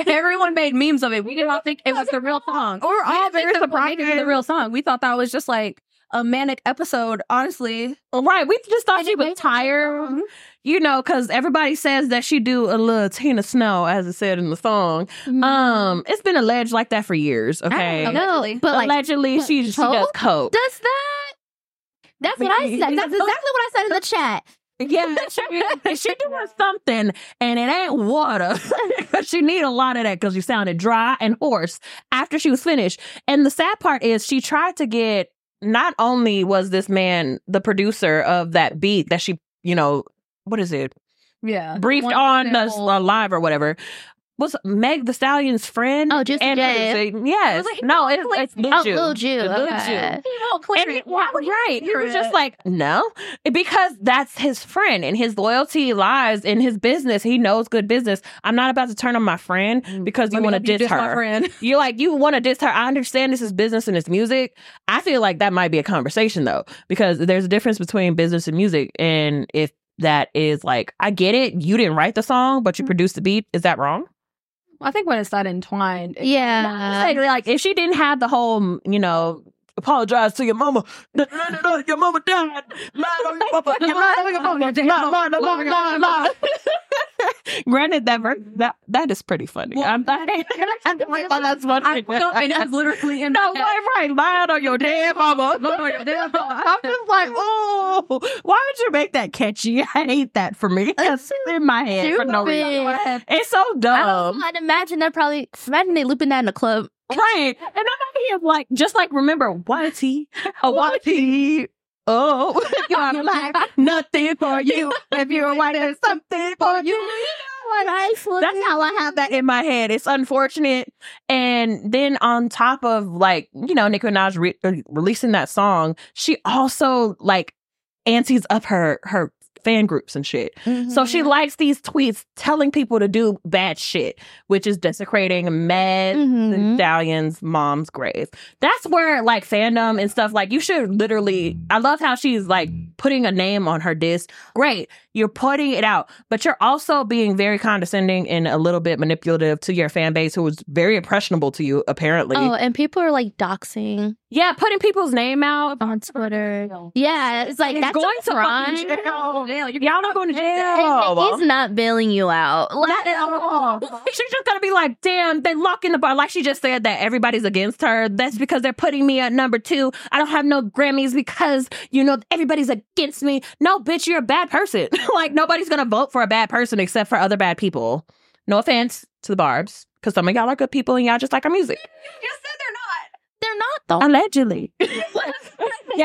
everyone made memes of it. We did not think it was the real song.
We're all very surprised.
It was the real song. We thought that was just like a manic episode. Honestly,
Right, we just thought she was tired, you know, because everybody says that she do a little Tina Snow, as it said in the song. Um, it's been alleged like that for years. Okay,
No, but like,
allegedly
but
she she does coke.
does that? That's what I said. That's exactly what I said in the chat.
Yeah, she, she doing something, and it ain't water. she need a lot of that because you sounded dry and hoarse after she was finished. And the sad part is, she tried to get. Not only was this man the producer of that beat that she, you know, what is it?
Uh,
yeah.
briefed
One
on us
example.
uh, live or whatever was Meg the Stallion's friend.
Oh, Juicy J.
producer. yes,
like,
no, it, it's Lil
Oh,
Ju.
Lil Jew.
The Lil
Okay.
Ju. And he- right, he was just like, no, because that's his friend, and his loyalty lies in his business. He knows good business. I'm not about to turn on my friend because you want to diss, her. You're like, you want to diss her. I understand this is business and it's music. I feel like that might be a conversation though, because there's a difference between business and music. And if that is like, I get it, you didn't write the song, but you produced the beat, is that wrong?
I think when it's that entwined, it-
Yeah.
Like, like, if she didn't have the whole, mm, you know,
Apologize to your mama. No, no, no, no, your mama died. Lied on your papa. You lied on your mama. Lied, lied, lied, lied, lied, lied.
granted that ver- that that is pretty funny. I'm not that's funny.
I went up and it's literally in
No,
my head.
right, right. Lying on your damn mama. I'm just like, oh, why would you make that catchy? I hate that for me. It's in my head for no reason. Um,
Stupid.
It's so
I don't
dumb,
know. I'd imagine that probably imagine they looping that in a club.
right? And I'm out here like, just like remember, what he, a what he. Oh, I'm like nothing for you. If you're a white, there's something for you. That's how I have that in my head. It's unfortunate. And then on top of like, you know, Nicki Minaj re- uh, releasing that song, she also like antes up her her fan groups and shit. So she likes these tweets telling people to do bad shit, which is desecrating Meg the
Mhm.
Stallion's mom's grave. That's where like fandom and stuff like you should literally I love how she's like putting a name on her disc. Great. You're putting it out, but you're also being very condescending and a little bit manipulative to your fan base who is very impressionable to you apparently.
Oh, and people are like doxing
Yeah, putting people's name out.
on Twitter. Yeah, it's like
It's
that's
going
going
to
a
fucking
crime.
jail. Y'all not going to
And
jail.
He's not bailing you out. Like,
Not at all. She's just gonna be like, damn, they lock in the bar. Like she just said that everybody's against her. That's because they're putting me at number two. I don't have no Grammys because, you know, everybody's against me. No, bitch, you're a bad person. like nobody's gonna vote for a bad person except for other bad people. No offense to the Barbs, because some of y'all are good people and y'all just like our music.
they're not though.
Allegedly. yeah,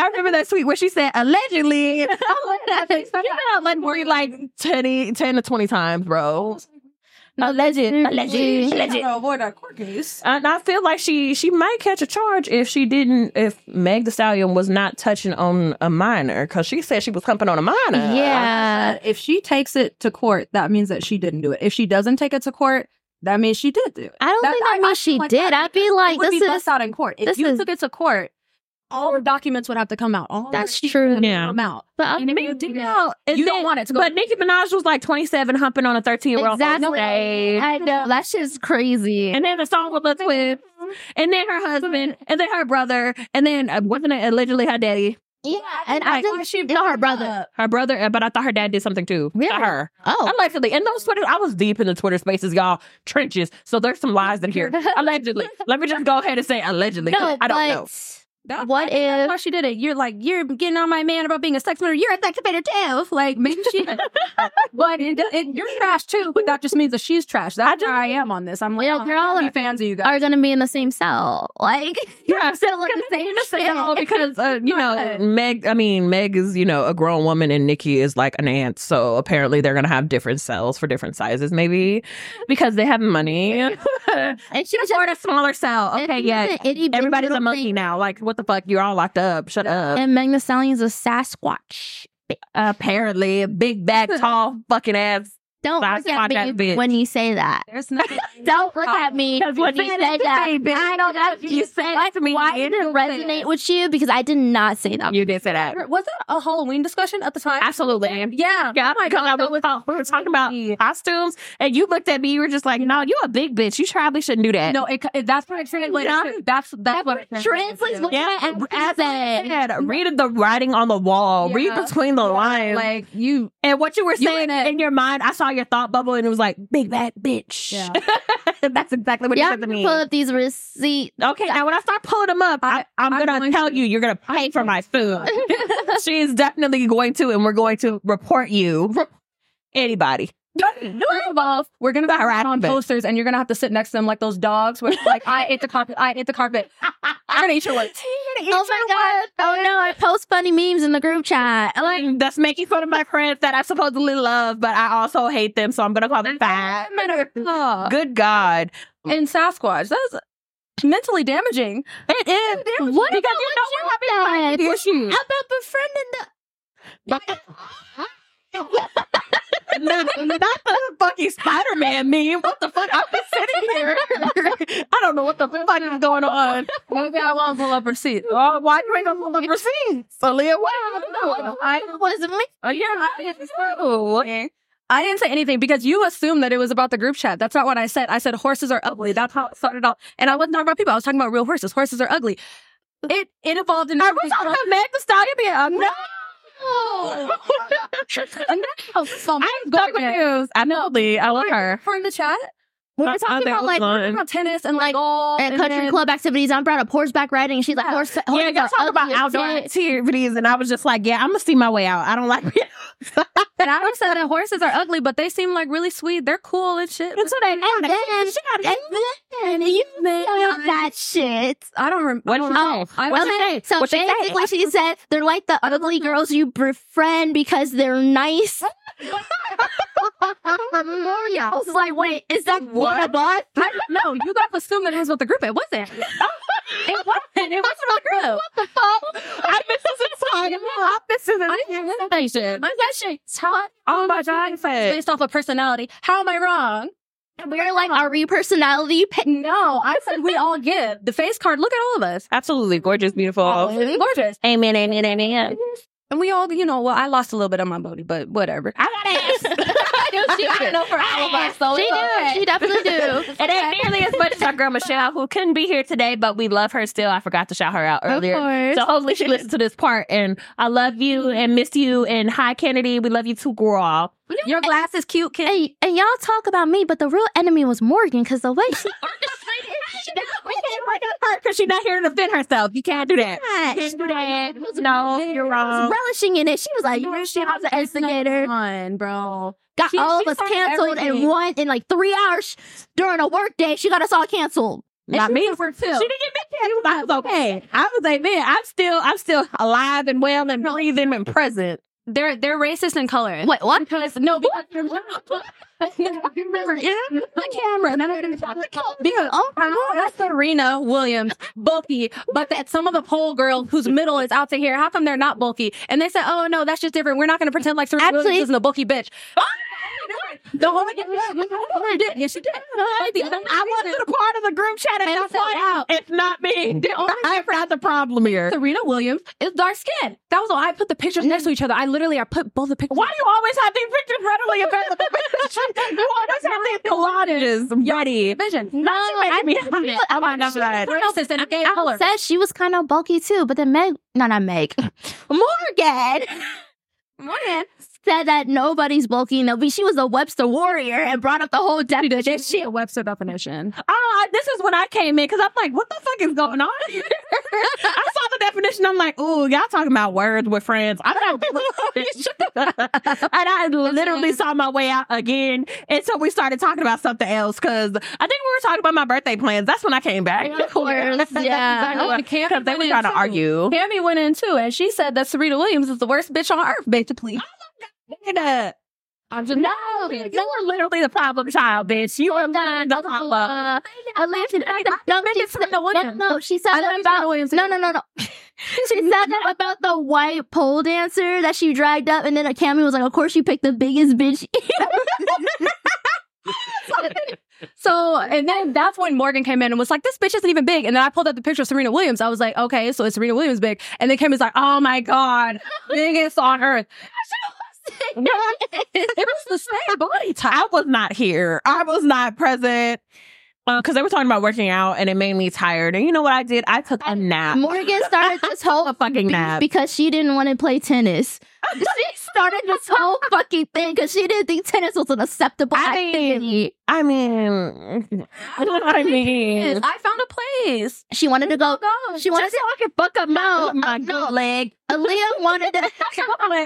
I remember that tweet where she said allegedly. She's not letting worry like 10, 10 to 20 times, bro. Alleged. Alleged. Alleged.
to avoid our court case.
And I feel like she she might catch a charge if she didn't if Meg the Stallion was not touching on a minor because she said she was humping on a minor.
yeah.
If she takes it to court, that means that she didn't do it. If she doesn't take it to court, that means she did do it.
I don't
That-
think
I-
that
I
means she
feel like
did.
that
I'd be
It
like,
would
this
be
is
bust out in court. If
this
you
is-
took it to court, all the documents would have to come out. All
That's
the receipts
true.
would have to
Yeah.
Come out.
But I
And if you
mean,
do
yeah.
that, you don't want it to go.
But Nicki Minaj was like 27 humping on a 13 year old.
Exactly. I know that shit's crazy.
And then the song with the twins, and then her husband, and then her brother, and then uh, wasn't it allegedly her daddy?
yeah, and I
like,
just she know her brother.
Her brother, uh, but I thought her dad did something too. to
Really?
her.
Oh,
Allegedly. And those Twitter, I was deep in the Twitter spaces, y'all, trenches. So there's some lies in here. allegedly. Let me just go ahead and say allegedly. 'cause
no,
I don't
but
know.
That-
what
That's
if?
why she did it. You're like, you're getting on my man about being a sex murderer. You're a sex offender too. Like, maybe she. but it, it, you're trash too. But that just means that she's trash. That's where I am on this. I'm like,
Yeah,
oh,
they're all-
I'm gonna be fans of you guys.
Are gonna be in the same cell, like
Yeah,
still in the same
Say
shit.
that all because uh, you know Meg. I mean Meg is you know a grown woman and Nikki is like an aunt. So apparently they're gonna have different cells for different sizes, maybe because they have money.
and she was just
or a smaller cell. Okay, yeah. Everybody's a monkey now. Like what the fuck? You're all locked up. Shut up.
And Magna Stallion's a Sasquatch.
Apparently, a big back, tall fucking ass.
Don't look
Sasquatch ass
at me
bitch.
when you say that.
There's nothing.
Don't look at me
That's what
when you
you
say
said
that.
today, bitch.
I don't know.
You said
why,
it to me,
Why
and
did it
you said
resonate
it.
with you? Because I did not say that.
You did say that.
Was that a Halloween discussion at the time?
Absolutely. Yeah.
yeah.
Oh
Oh
Yeah, I because I was, we were talking about costumes, and you looked at me. You were just like, "No, you a big bitch. You probably shouldn't do that."
No, it, it, that's what I translated.
Yeah.
to. That's that's what it
Translates what
Yeah,
I
as
said.
said, read the writing on the wall, read
Yeah.
between the lines.
Like you,
and what you were
you
saying
in it.
in your mind, I saw your thought bubble and it was like, big bad bitch.
Yeah.
That's exactly what
Yeah,
you
I'm
said to
gonna
me.
pull up these receipts.
okay, now when I start pulling them up, I, I'm,
I'm
gonna
going
tell
to.
you, you're gonna pay for my food. she is definitely going to, and we're going to report you. Anybody.
First of all, we're gonna
Not
put
right
on
on, but-
posters, and you're gonna have to sit next to them like those dogs. Where it's like I ate the carpet, I ate the carpet. I'm gonna eat your words.
Oh my god! Oh no! I post funny memes in the group chat. I Like
That's making fun of my friends that I supposedly love, but I also hate them, so I'm gonna call them fat.
Oh.
Good God.
And Sasquatch, that's mentally damaging.
It is.
what
Because
about
you
what you said?
issues.
How about befriending
not,
the?
not the fucking Spider Man meme. What the fuck? I'm just sitting here. I don't know what the fuck is going on.
Maybe I won't pull up receipt.
Oh, why you ain't gonna pull up receipts? So, Leah, what? I don't know. I,
It was me.
oh, yeah, I,
I didn't say anything because you assumed that it was about the group chat. That's not what I said. I said horses are ugly. That's how it started off. And I wasn't talking about people. I was talking about real horses. Horses are ugly. It it evolved into.
I was on the Meg Thee Stallion being uh, ugly.
Oh, so
I'm so confused. I know Uh, Lee. I love her.
For in the chat,
We
were talking about, like,
about tennis and like golf
At
and
country
then-
club activities, I brought up horseback riding. She's like, horse,
yeah,
horses
y'all
are
talk about
ugly as
outdoor
shit.
activities, and I was just like, yeah, I'm gonna see my way out. I don't like it.
And I said that horses are ugly, but they seem like really sweet. They're cool and shit.
Until they
And then, and then you feel that shit.
I don't remember.
What did she
Oh,
say?
well,
What'd she
then-
say?
so
What'd she say?
basically, she said they're like the ugly girls you befriend because they're nice. I was like, wait, is that what a bot?
I don't know. oh, You guys assumed that it was about the group. It wasn't. it wasn't. It was about the group.
the fuck?
I missed this entire. I missed this entire.
My question is how-
Oh my god! But
based off of personality. How am I wrong?
We were like, are we personality? pa-
No, I said we all give the face card. Look at all of us.
Absolutely gorgeous, beautiful.
Oh,
Gorgeous.
Amen, amen, amen.
And we all, you know, well, I lost a little bit of my booty, but whatever.
I got ass.
I do. She I know for all of us. So
She
it's okay.
do. Oh, She definitely do.
It ain't nearly as much as our girl Michelle, who couldn't be here today, but we love her still. I forgot to shout her out
Of
earlier.
course.
So hopefully she listens to this part. And I love you and miss you. And hi, Kennedy. We love you too, girl.
Your glass is cute, kid.
and, and y'all talk about me, but the real enemy was Morgan because the way she
Because she's not here to defend herself. You can't do that. Can't do that. No, you're
was
wrong.
relishing in it, she was like,
Uh, You
"You're
were
a shit,
shit.
I'm the instigator."
Come on, bro.
Got
She-
all
she
of us
started
canceled in
everything.
one in like three hours during a work day. She got us all canceled.
Not me.
We're
She
too.
didn't get me canceled. I was okay. I was like, man, I'm still, I'm still alive and well and breathing and present.
They're they're racist in color.
Wait, what?
Because no, because remember the camera. No, no, no, no. Because
Oh,
how Serena Williams bulky, but that some of the pole girls whose middle is out to here. How come they're not bulky? And they said, "Oh no, that's just different. We're not going to pretend like Serena
Actually-
Williams isn't a bulky bitch."
The woman did. Yes, she did. I was a part of the group chat and I
found
out. It's not me. I'm not the problem here.
Serena Williams is dark skinned. That was all. I put the pictures next to each other. I literally I put both the pictures.
Why do you always have these pictures readily available? you always have these collages ready.
Vision.
No, I
me
think-
I'm on that.
Pronounces and gay color.
said she was kind of bulky too, but then Meg, no, not Meg, Morgan
Morgan.
said that nobody's bulky. No, but she was a Webster warrior and brought up the whole definition.
She a Webster definition.
Oh, I- this is when I came in because I'm like, what the fuck is going on? here? I saw the definition. I'm like, ooh, y'all talking about words with friends. I don't know. and I literally saw my way out again until we started talking about something else because I think we were talking about my birthday plans. That's when I came back.
Of course, yeah. Oh,
Oh, Because they were trying to argue.
Cammy went in too, and she said that Serena Williams is the worst bitch on earth, basically.
Oh No,
I'm just
no, you were literally the problem child, bitch. You were literally the problem.
Uh, I lived in no, she said,
Serena
no,
Williams.
no, she said
I
that
love
about
Serena Williams.
no, no, no, no. she said that about the white pole dancer that she dragged up, and then a cameo was like, "Of course, you picked the biggest bitch."
So, and then that's when Morgan came in and was like, this bitch isn't even big. And then I pulled up the picture of Serena Williams. I was like, okay, so it's Serena Williams big. And then Cammy's like, oh my God, biggest on earth. It was the same body type.
I was not here. I was not present because they were talking about working out, and it made me tired. And you know what I did? I took a nap.
Morgan started this whole
a fucking
be-
nap.
because she didn't want to play tennis. she started this whole fucking thing because she didn't think tennis was an acceptable
I mean-
activity.
I mean, I mean,
I found a place.
She wanted to
Oh
go.
God.
She wanted to
I can fuck up
no,
my
uh, no.
good leg.
Aaliyah wanted to.
Son of a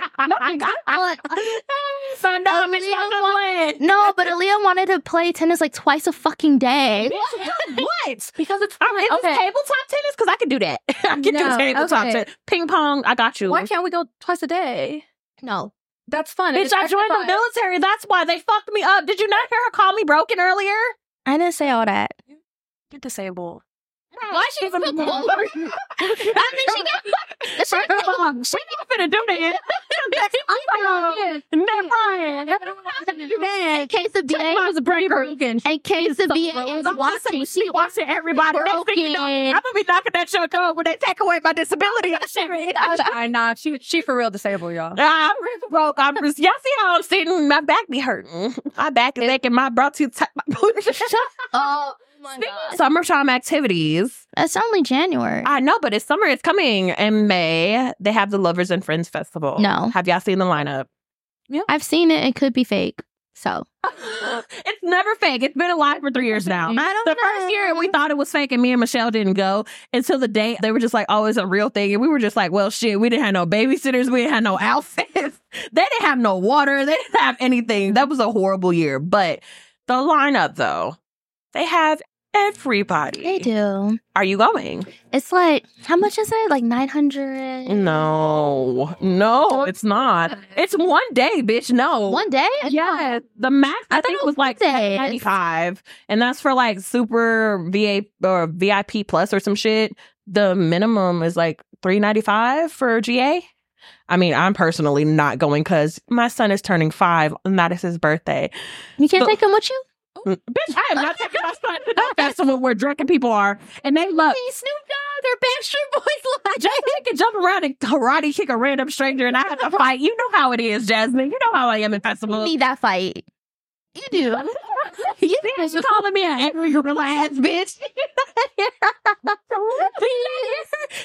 bitch, my good leg.
No, but Aaliyah wanted to play tennis like twice a fucking day.
What?
because it's
Um, is this
Okay.
tabletop tennis? Because I could do that. I could
No,
do tabletop
okay.
tennis. Ping pong, I got you.
Why can't we go twice a day?
No,
That's fun.
Bitch,
It's
I joined the
exercise.
military. That's why they fucked me up. Did you not hear her call me broken earlier?
I didn't say all that.
You're disabled.
Why she even
Even
more?
more.
I mean, she got. She
First of all, she not finna do that. I'm
in case the VA
was a breaker.
in case the VA is
I'm just
watching,
saying,
she
she watching everybody. Next thing you know, I'm
broken.
gonna be knocking at your door when they take away my disability. and shit.
I know. She, she for real disabled, y'all.
I'm really broke. I'm just, y'all see how I'm sitting? My back be hurting. My back is aching. My bra too tight.
Oh my god!
Summertime activities.
That's only January.
I know, but it's summer. It's coming in May. They have the Lovers and Friends Festival.
No.
Have y'all seen the lineup?
I've seen it. It could be fake. So
it's never fake. It's been alive for three years now.
I don't
The first year we thought it was fake, and me and Michelle didn't go until the day they were just like, "Oh, it's a real thing," and we were just like, "Well, shit, we didn't have no babysitters, we didn't have no outfits, they didn't have no water, they didn't have anything." That was a horrible year. But the lineup, though, they have everybody.
They do.
Are you going?
It's like how much is it? Like nine hundred.
Mm. No, no, it's not. It's one day, bitch. No,
One day.
Yeah, the max I,
thought
think
it
it
was
was like
two days.
ninety five, and that's for like super VA or VIP plus or some shit. The minimum is like three ninety five for GA. I mean, I'm personally not going because my son is turning five, and that is his birthday.
You can't
So-
take them with you.
Mm, Bitch, I am not taking my son to the festival where drunken people are, and they look.
Snoop Dogg or Backstreet Boys live.
Jasmine can jump around and karate kick a random stranger, and I have to fight. You know how it is, Jasmine. You know how I am in
You
festivals.
need that fight. You do.
You bitch you calling me an angry gorilla ass bitch.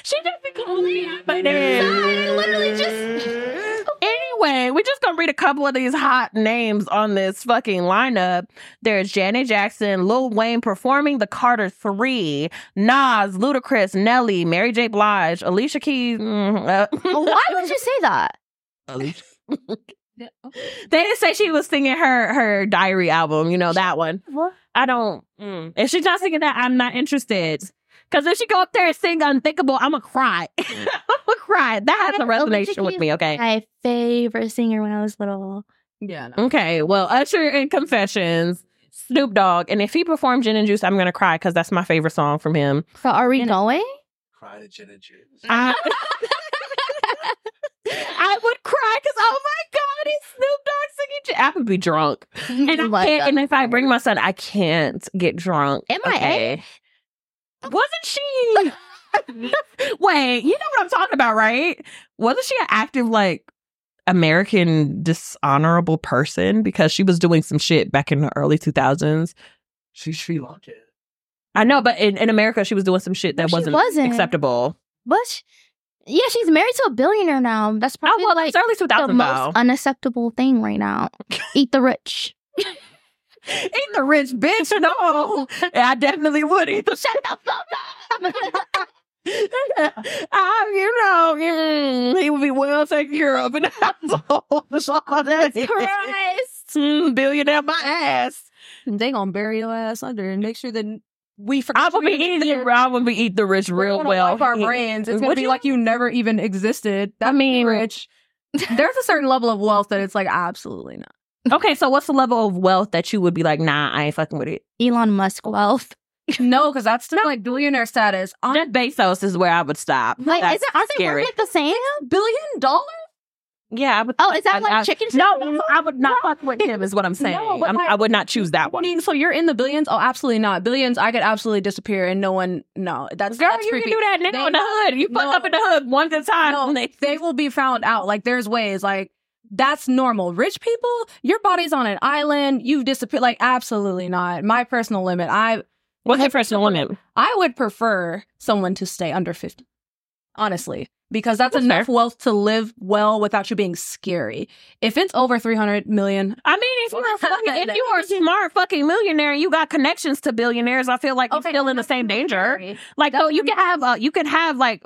she just be calling me out my name.
Literally just
Anyway, we're just gonna read a couple of these hot names on this fucking lineup. There's Janet Jackson, Lil Wayne performing the Carter Three, Nas, Ludacris, Nelly, Mary J. Blige, Alicia Keys. mm, uh,
why would you say that?
oh.
They didn't say she was singing her her diary album. You know that one. I don't. mm. If she's not singing that, I'm not interested. Because if she go up there and sing "Unthinkable," I'm gonna cry. I'm gonna cry. That has a
Alicia
resonation with
Keys-
me. Okay.
My favorite singer when I was little.
Yeah.
Okay. Well, Usher and Confessions, Snoop Dogg, and if he performed "Gin and Juice," I'm gonna cry because that's my favorite song from him.
So are we going?
Cry to gin and juice.
I, I would cry because oh my god, he's Snoop Dogg singing. Gin- I would be drunk. and I
Like
can't.
that.
And if I bring my son, I can't get drunk.
MIA?
Okay. Wasn't she? Wait, you know what I'm talking about, right? Wasn't she an active like American dishonorable person because she was doing some shit back in the early 2000s?
She's Sri Lankan.
I know, but in, in America, she was doing some shit that
No, she
wasn't,
wasn't.
acceptable.
But she, yeah, she's married to a billionaire now. That's
Oh
probably
well,
like
it's early 2000s
the
though.
most unacceptable thing right now. Eat the rich.
Ain't the rich bitch, no. I definitely would eat the shut up. I, you know, mm, he would be well taken care of in the household. That's all that is. Mm, billionaire my ass.
Mm-hmm. They gonna bury your ass under and make sure that we forget.
I would be
you
eating.
existed.
I would be eating the rich
We're
real
gonna
well.
wipe our brains. It's gonna
Would
be
you?
like you never even existed. That
I mean-
rich. There's a certain level of wealth that it's like absolutely not.
Okay, so what's the level of wealth that you would be like? Nah, I ain't fucking with it.
Elon Musk wealth.
No, because that's still like billionaire status. On
Jeff Bezos is where I would stop.
Like,
That's
isn't aren't
scary.
they working at the same?
billion dollars.
Yeah, I would.
Oh, is that
I-
like
I-
chicken?
No, I would not fuck with him. Is what I'm saying.
No, but
I'm-
like-
I would not choose that
I
one.
mean, so you're in the billions? Oh, absolutely not. Billions, I could absolutely disappear and no one. No, that's
Girl,
that's
you
creepy.
can do that now
They-
in the hood. You fuck
No.
up in the hood once at a time.
No,
they,
they will be found out. Like there's ways. Like that's normal. Rich people, your body's on an island. You've disappeared. Like absolutely not. My personal limit. I
what's your personal limit?
I would prefer someone to stay under fifty. Honestly. Because that's,
That's
enough wealth to live well without you being scary. If it's over three hundred million,
I mean, if you're a fucking, if you are a smart fucking millionaire, you got connections to billionaires. I feel like you're still in the same danger. Like, oh, you can have, uh, you can have like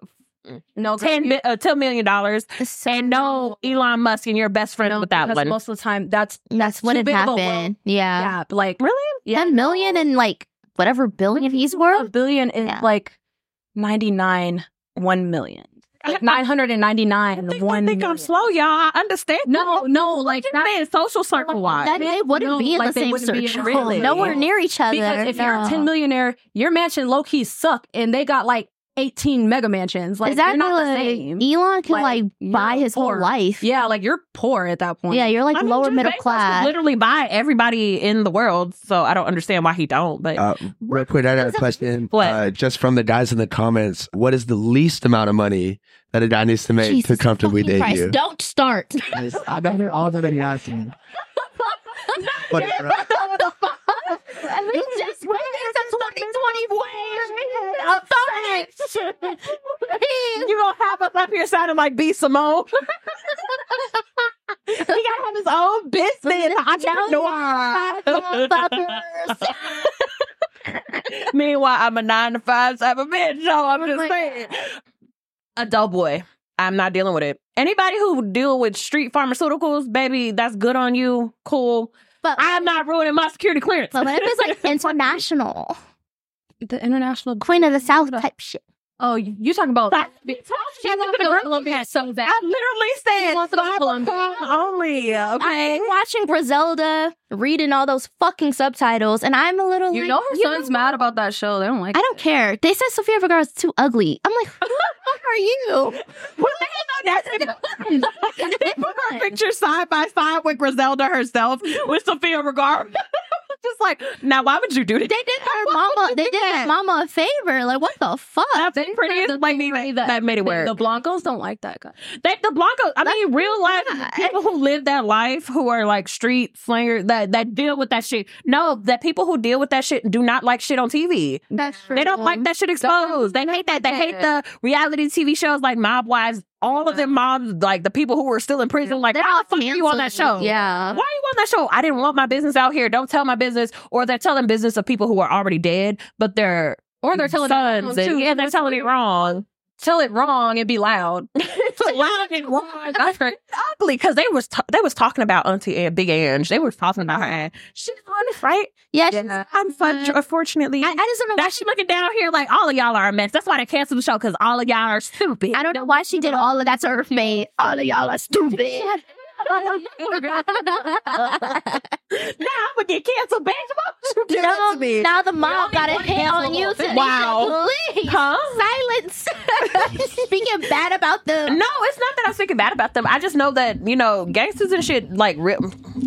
no, girl,
ten,
you-
bi- uh, ten million dollars, and no Elon Musk and your best friend
no,
with that
because
one.
Most of the time, that's
That's when
too
it
big of a
happened. Yeah.
yeah, like
really?
Ten million and like whatever billion he's
a
worth.
billion is
Yeah.
like 99 1 million
I- I- I
999
think,
1
I think I'm
million.
slow, y'all. I understand.
no no like
Just
not
saying social circle wise.
That they wouldn't
No,
be in
like,
the
they
same
wouldn't be in
search.
really.
hole, Nowhere near each other.
because if you're a
no.
10 millionaire your mansion low-key suck and they got like 18 mega mansions like
exactly.
you're not the
like,
same
Elon can
Like,
like,
you're
buy his
poor.
whole life.
yeah like you're poor at that point
Yeah, you're like
I mean,
lower
Jeff
middle
Bezos could
class.
Literally buy everybody in the world, so I don't understand why he don't. But
Uh, real quick, I got a question.
What?
Uh, just from the guys in the comments, what is the least amount of money that a guy needs to make
Jesus
to comfortably
fucking
date
Christ,
you?
Don't start.
I got it all that he asked me. But, uh,
I mean, just wait. It's a 2020 wave.
You gonna have us up here sounding like B Simone? he gotta have his own business, entrepreneur. Meanwhile, I'm a nine to five type of bitch. So I'm just saying, a dull boy. I'm not dealing with it. Anybody who deal with street pharmaceuticals, baby, that's good on you. Cool.
But
I'm not ruining my security clearance.
but what if it's like international,
the international
Queen of the South type shit?
oh you you talking about
That-
she wants to go to Colombia so bad
I literally
she
said
wants to go to Colombia
only. uh, Okay.
I'm watching Griselda, reading all those fucking subtitles, and I'm a little.
you
like,
know her
you
son's mad about that show they don't like
I don't care. They said Sofia Vergara's too ugly. I'm like, who the fuck are you?
Well, they know that's- they put her picture side by side with Griselda herself with Sophia Vergara. Just like, now why would you do that?
They did her mama. They did her mama a favor. Like, what the fuck?
That's
They
the prettiest
said the
lady
theory
that,
that-
made it work.
the Blancos don't like that guy.
They, the Blanco, I mean, real life
not.
people who live that life, who are like street slingers, that that deal with that shit. No, that people who deal with that shit do not like shit on TV.
That's true.
They don't like that shit exposed. They hate that. They hate the reality TV shows like Mob Wives. All of them mobs, like the people who were still in prison, like
They're
why
all
the fuck are you on that show?
canceled. Yeah.
Why are you on that show? I didn't want my business out here. Don't tell my business. Or they're telling business of people who are already dead, but they're
Or they're telling
sons. and-
it wrong, too.
yeah, they're telling it wrong.
tell it wrong and be loud.
it's loud and wrong.
That's great.
Ugly, because they was ta- they was talking about Auntie Ann, Big Ange. They were talking about her. and She's honest, right?
Yeah. she's-
Yeah.
I'm fun. Unfortunately,
I, I just don't know. Why
that
she,
she looking down here like all of y'all are a mess. That's why they canceled the show because all of y'all are stupid.
I don't know why she did all of that to her face. All of y'all are stupid.
now I'm gonna get canceled, bitch. Why would you do that
No,
to me?
now the mob got a hit on you. Tanisha.
Wow.
Please.
Huh?
Silence. Speaking bad about them.
No, it's not that I'm speaking bad about them. I just know that you know gangsters and shit like ri-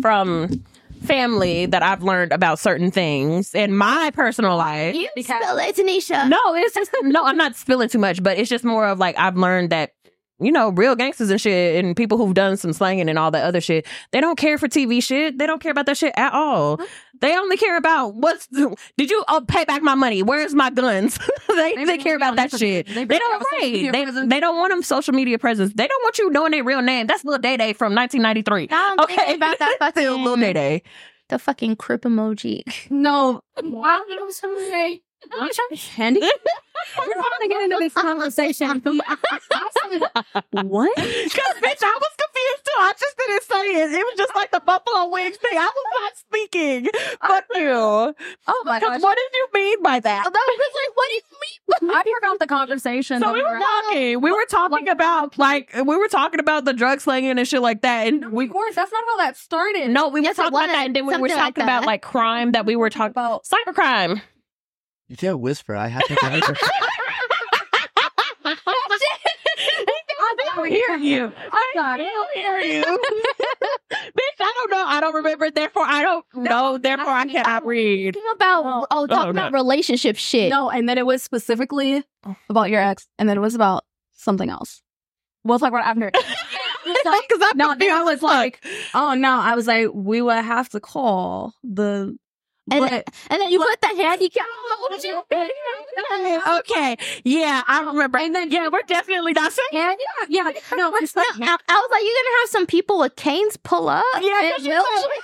from family that I've learned about certain things in my personal life.
You spill it, Tanisha.
No, it's just no. I'm not spilling too much, but it's just more of like I've learned that you know real gangsters and shit, and people who've done some slanging and all that other shit. They don't care for TV shit. They don't care about that shit at all. They only care about what's. Did you oh, pay back my money? Where's my guns? they they, care about that shit. They, don't right. They, they don't want them social media presence. They don't want you knowing their real name. That's Lil Day Day from 1993.
Now I'm
Okay.
thinking about that fucking
Lil Day Day.
the fucking crip emoji.
No. Wow. Somebody. I'm trying to handy. We're trying to get into this conversation. what?
Because, bitch, I was confused too. I just didn't say it. It was just like the Buffalo Wings thing. I was not speaking. Fuck you.
Oh my gosh.
Because what did you mean by
Oh,
that?
what do you mean? I forgot the conversation.
So we were talking. We were talking about like we were talking about the drug slanging and shit like that. And we
Of course, that's not how that started.
no, we were
Yes, it
talking about
was.
that, and then we were
Something
talking
like
about
that.
like crime that we were talking about cybercrime.
You can't whisper. I have to. whisper.
I don't hear you. I don't hear you. Bitch, I don't know. I don't remember. Therefore, I don't know. Therefore, I cannot read.
Talking about
No.
oh, talking about relationship shit.
No, and then it was specifically about your ex, and then it was about something else. We'll talk about it after.
Because I'm
No, then
confused
I
as
was
fuck.
like, oh no, I was like, we would have to call the.
And-
but-
And then you put the handicap emoji.
okay, yeah, I remember. And then, yeah, we're definitely not saying.
and yeah, yeah, no, it's like,
I, I was like, you're gonna have some people with canes pull up.
Yeah, because
and
she
wheel-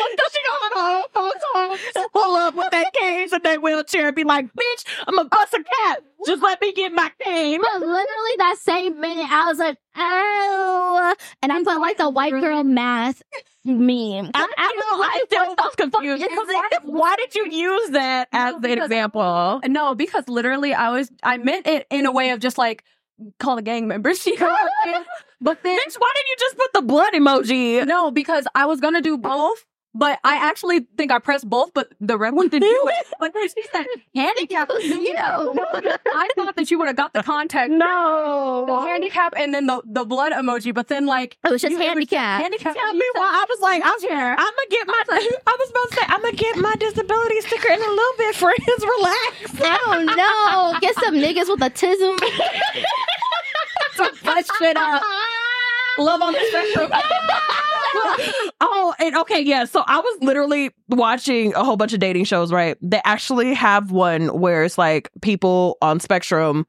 don't know whole time to pull up with that cane and that wheelchair and be like, bitch, I'm a bust a cat. Just let me get my cane.
But literally that same minute, I was like, oh, and I put like the white girl math meme.
I, I don't know. I was confused.
is
Because Why, why did you use that as an
because-
example?
no, because literally, I was, I meant it in a way of just like call the gang members, you know? but then
Bitch, why did you just put the blood emoji?
no, because I was gonna do both. But I actually think I pressed both, but the red one didn't do it. But then she said handicap.
You know.
I thought that you would have got the contact. The
No.
handicap and then the, the blood emoji, but then like
It was Oh, just
You- it was
handicap.
handicap.
Tell me why I was like, I'm here. I'm gonna get my. I was about to say, I'm gonna get my disability sticker in a little bit, friends. Relax.
I don't know. Get some niggas with autism.
I should uh, love on the spectrum.
oh, and okay, yeah. So I was literally watching a whole bunch of dating shows, right? They actually have one where it's like people on Spectrum.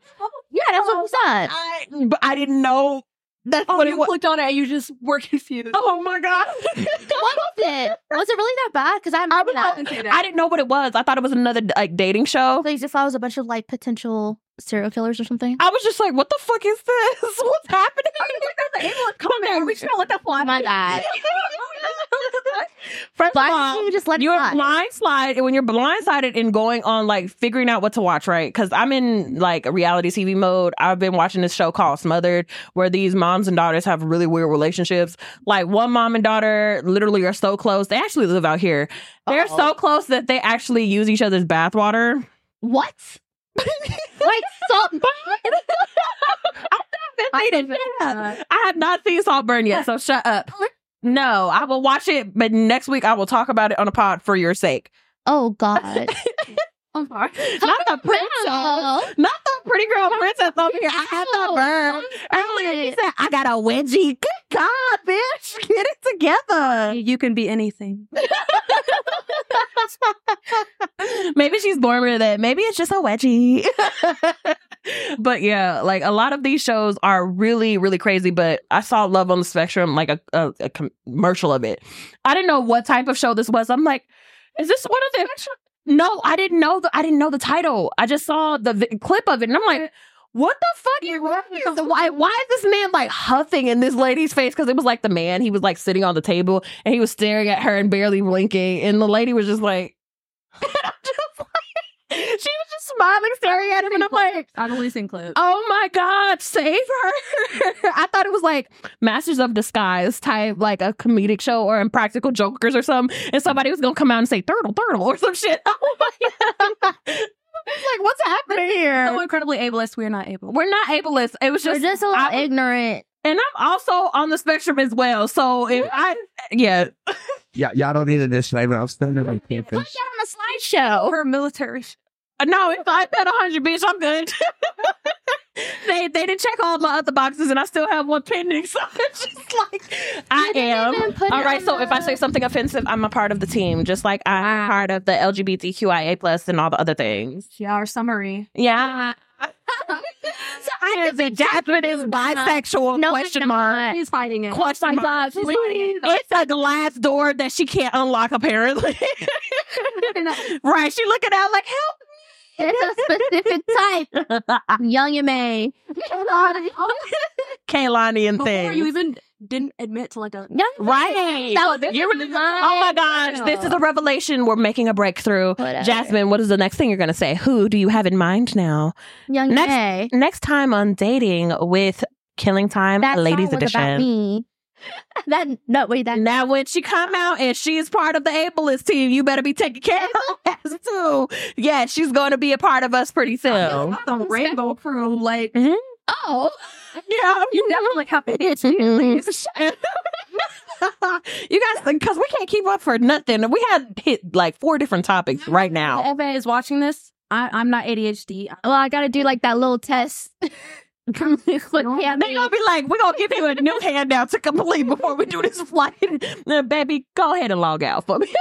Yeah, that's what was up.
I, but I didn't know that's
Oh,
what
you
it was.
clicked on it and you just were confused.
Oh my god!
What was it? Was it really that bad? Because I
I
remember
was
that.
like, I didn't know what it was. I thought it was another like dating show.
They just thought it was a bunch of like potential serial killers or something.
I was just like, what the fuck is this? What's happening?
Comment. We should not let that fly.
My God.
First of
Black
all,
people just let it
you're
fly.
blindsided and when you're blindsided and going on like figuring out what to watch right because i'm in like reality tv mode i've been watching this show called smothered where these moms and daughters have really weird relationships like one mom and daughter literally are so close they actually live out here they're so close that they actually use each other's bathwater
What? Wait, so
I, didn't- I have not seen Saltburn yet, so shut up. No, I will watch it, but next week I will talk about it on a pod for your sake.
Oh God.
I'm sorry.
Not the princess.
Oh.
Not the pretty girl princess over here. I had the burn. Earlier you said I got a wedgie. Good God, bitch. Get it together.
Uh, You can be anything.
Maybe she's born with it. Maybe it's just a wedgie. but yeah, like a lot of these shows are really, really crazy. But I saw Love on the Spectrum, like a, a, a commercial of it. I didn't know what type of show this was. I'm like, is this one of the? No, I didn't know the. I didn't know the title. I just saw the vi- clip of it, and I'm like. What the fuck? is- Why, why is this man like huffing in this lady's face? Because it was like the man, he was like sitting on the table and he was staring at her and barely blinking. And the lady was just like, I'm just like- she was just smiling, staring at him, and I'm like,
I'm releasing clips.
"Oh my god, save her!" I thought it was like Masters of Disguise type, like a comedic show or Impractical Jokers or something, and somebody was gonna come out and say "thirdle, thirdle" or some shit. Oh my god! like, what's happening
So
here?
incredibly ableist, we're not able.
We're not ableist. It was
You're
just,
just a little
I-
ignorant.
and I'm also on the spectrum as well. So if I, yeah,
Yeah, y'all don't need a dictionary. I'm still gonna can't
Put
finish.
that on a slideshow.
Her military. sh-
Uh, No, if I bet a hundred, bitch, I'm good. they they didn't check all my other boxes, and I still have one pending. So it's just like I
didn't
am.
even put
All
it
right.
on
So if I
the- Ah.
say something offensive, I'm a part of the team, just like I'm part of the LGBTQIA plus and all the other things.
Yeah, our summary.
Yeah.
So I
Is it Jasmine is bisexual?
No,
question
it's
mark.
not.
He's hiding it.
Question
She's
mark.
not. She's
Please. It's a glass door that she can't unlock. Apparently. right. She looking out like help.
It's a specific type. Young and May.
Kaylani and
Before
things.
you even didn't admit to like a
Young
right.
That was
You're really- Oh my gosh, this is a revelation. We're making a breakthrough.
Whatever.
Jasmine, what is the next thing you're going to say? Who do you have in mind now?
Young and
Next-
May.
Next time on Dating with Killing Time
That
Ladies
song was about
Edition.
me. That no wait that
Now, when she come out and she's part of the ableist team, you better be taking care of us too. Yeah, she's going to be a part of us pretty soon.
the rainbow crew. Like
oh
Yeah,
you definitely have it.
you guys, because we can't keep up for nothing. We had hit like four different topics right now.
Eva is watching this. I, I'm not ADHD.
well I gotta do like that little test. Click yeah,
They're gonna be like, we're gonna give you a new handout to complete before we do this flight. Now, baby, go ahead and log out for me.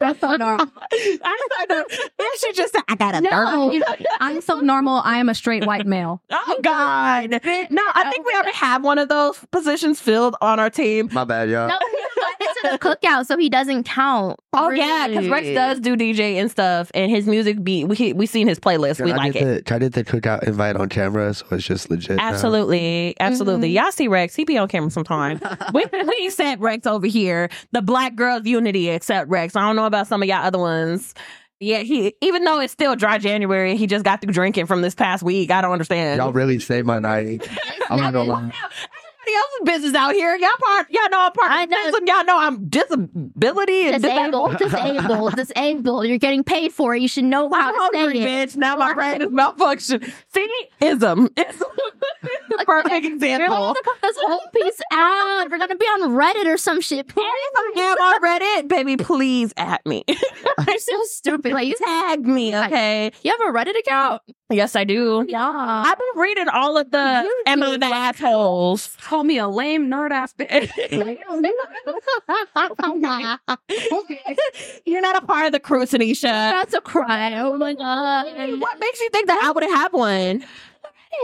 That's so normal.
I started, then she just said, I got a Oh,
No.
third.
I'm so normal. I am a straight white male.
Oh, God. No, I think we already have one of those positions filled on our team.
My bad, y'all.
no, he invited to the cookout, so he doesn't count.
Oh, yeah, because Rex does do DJ and stuff, and his music be we, we seen his playlist.
Can
we
I
like
get
it.
The, can I get the cookout invite on camera, so it's just legit. now?
Absolutely, absolutely. Y'all see Rex? He be on camera sometime. we we sent Rex over here. The Black Girls Unity except Rex. I don't know about some of y'all other ones. Yeah, he even though it's still dry January, he just got through drinking from this past week. I don't understand.
Y'all really saved my night. I'm not gonna lie.
Everybody else's business out here. Y'all part. Y'all know I'm part.
I
I
know.
know. Y'all know I'm disability and disabled.
Disabled, disabled, disabled. You're getting paid for it. You should know how
I'm
to say
hungry,
it.
bitch. Now my brain is malfunction. See, ism. It's the perfect
You're
example.
going to cut this whole piece out. We're gonna be on Reddit or some shit.
If I am on Reddit, baby, please at me.
You're so stupid. Like you,
Tag me, okay?
you have a Reddit account?
Yes, I do.
Yeah.
I've been reading all of the
You
Emma
do.
and the assholes.
Call me a lame nerd ass bitch.
You're not a part of the crew, Tanisha.
That's a cry. Oh my god.
What makes you think that I would have one?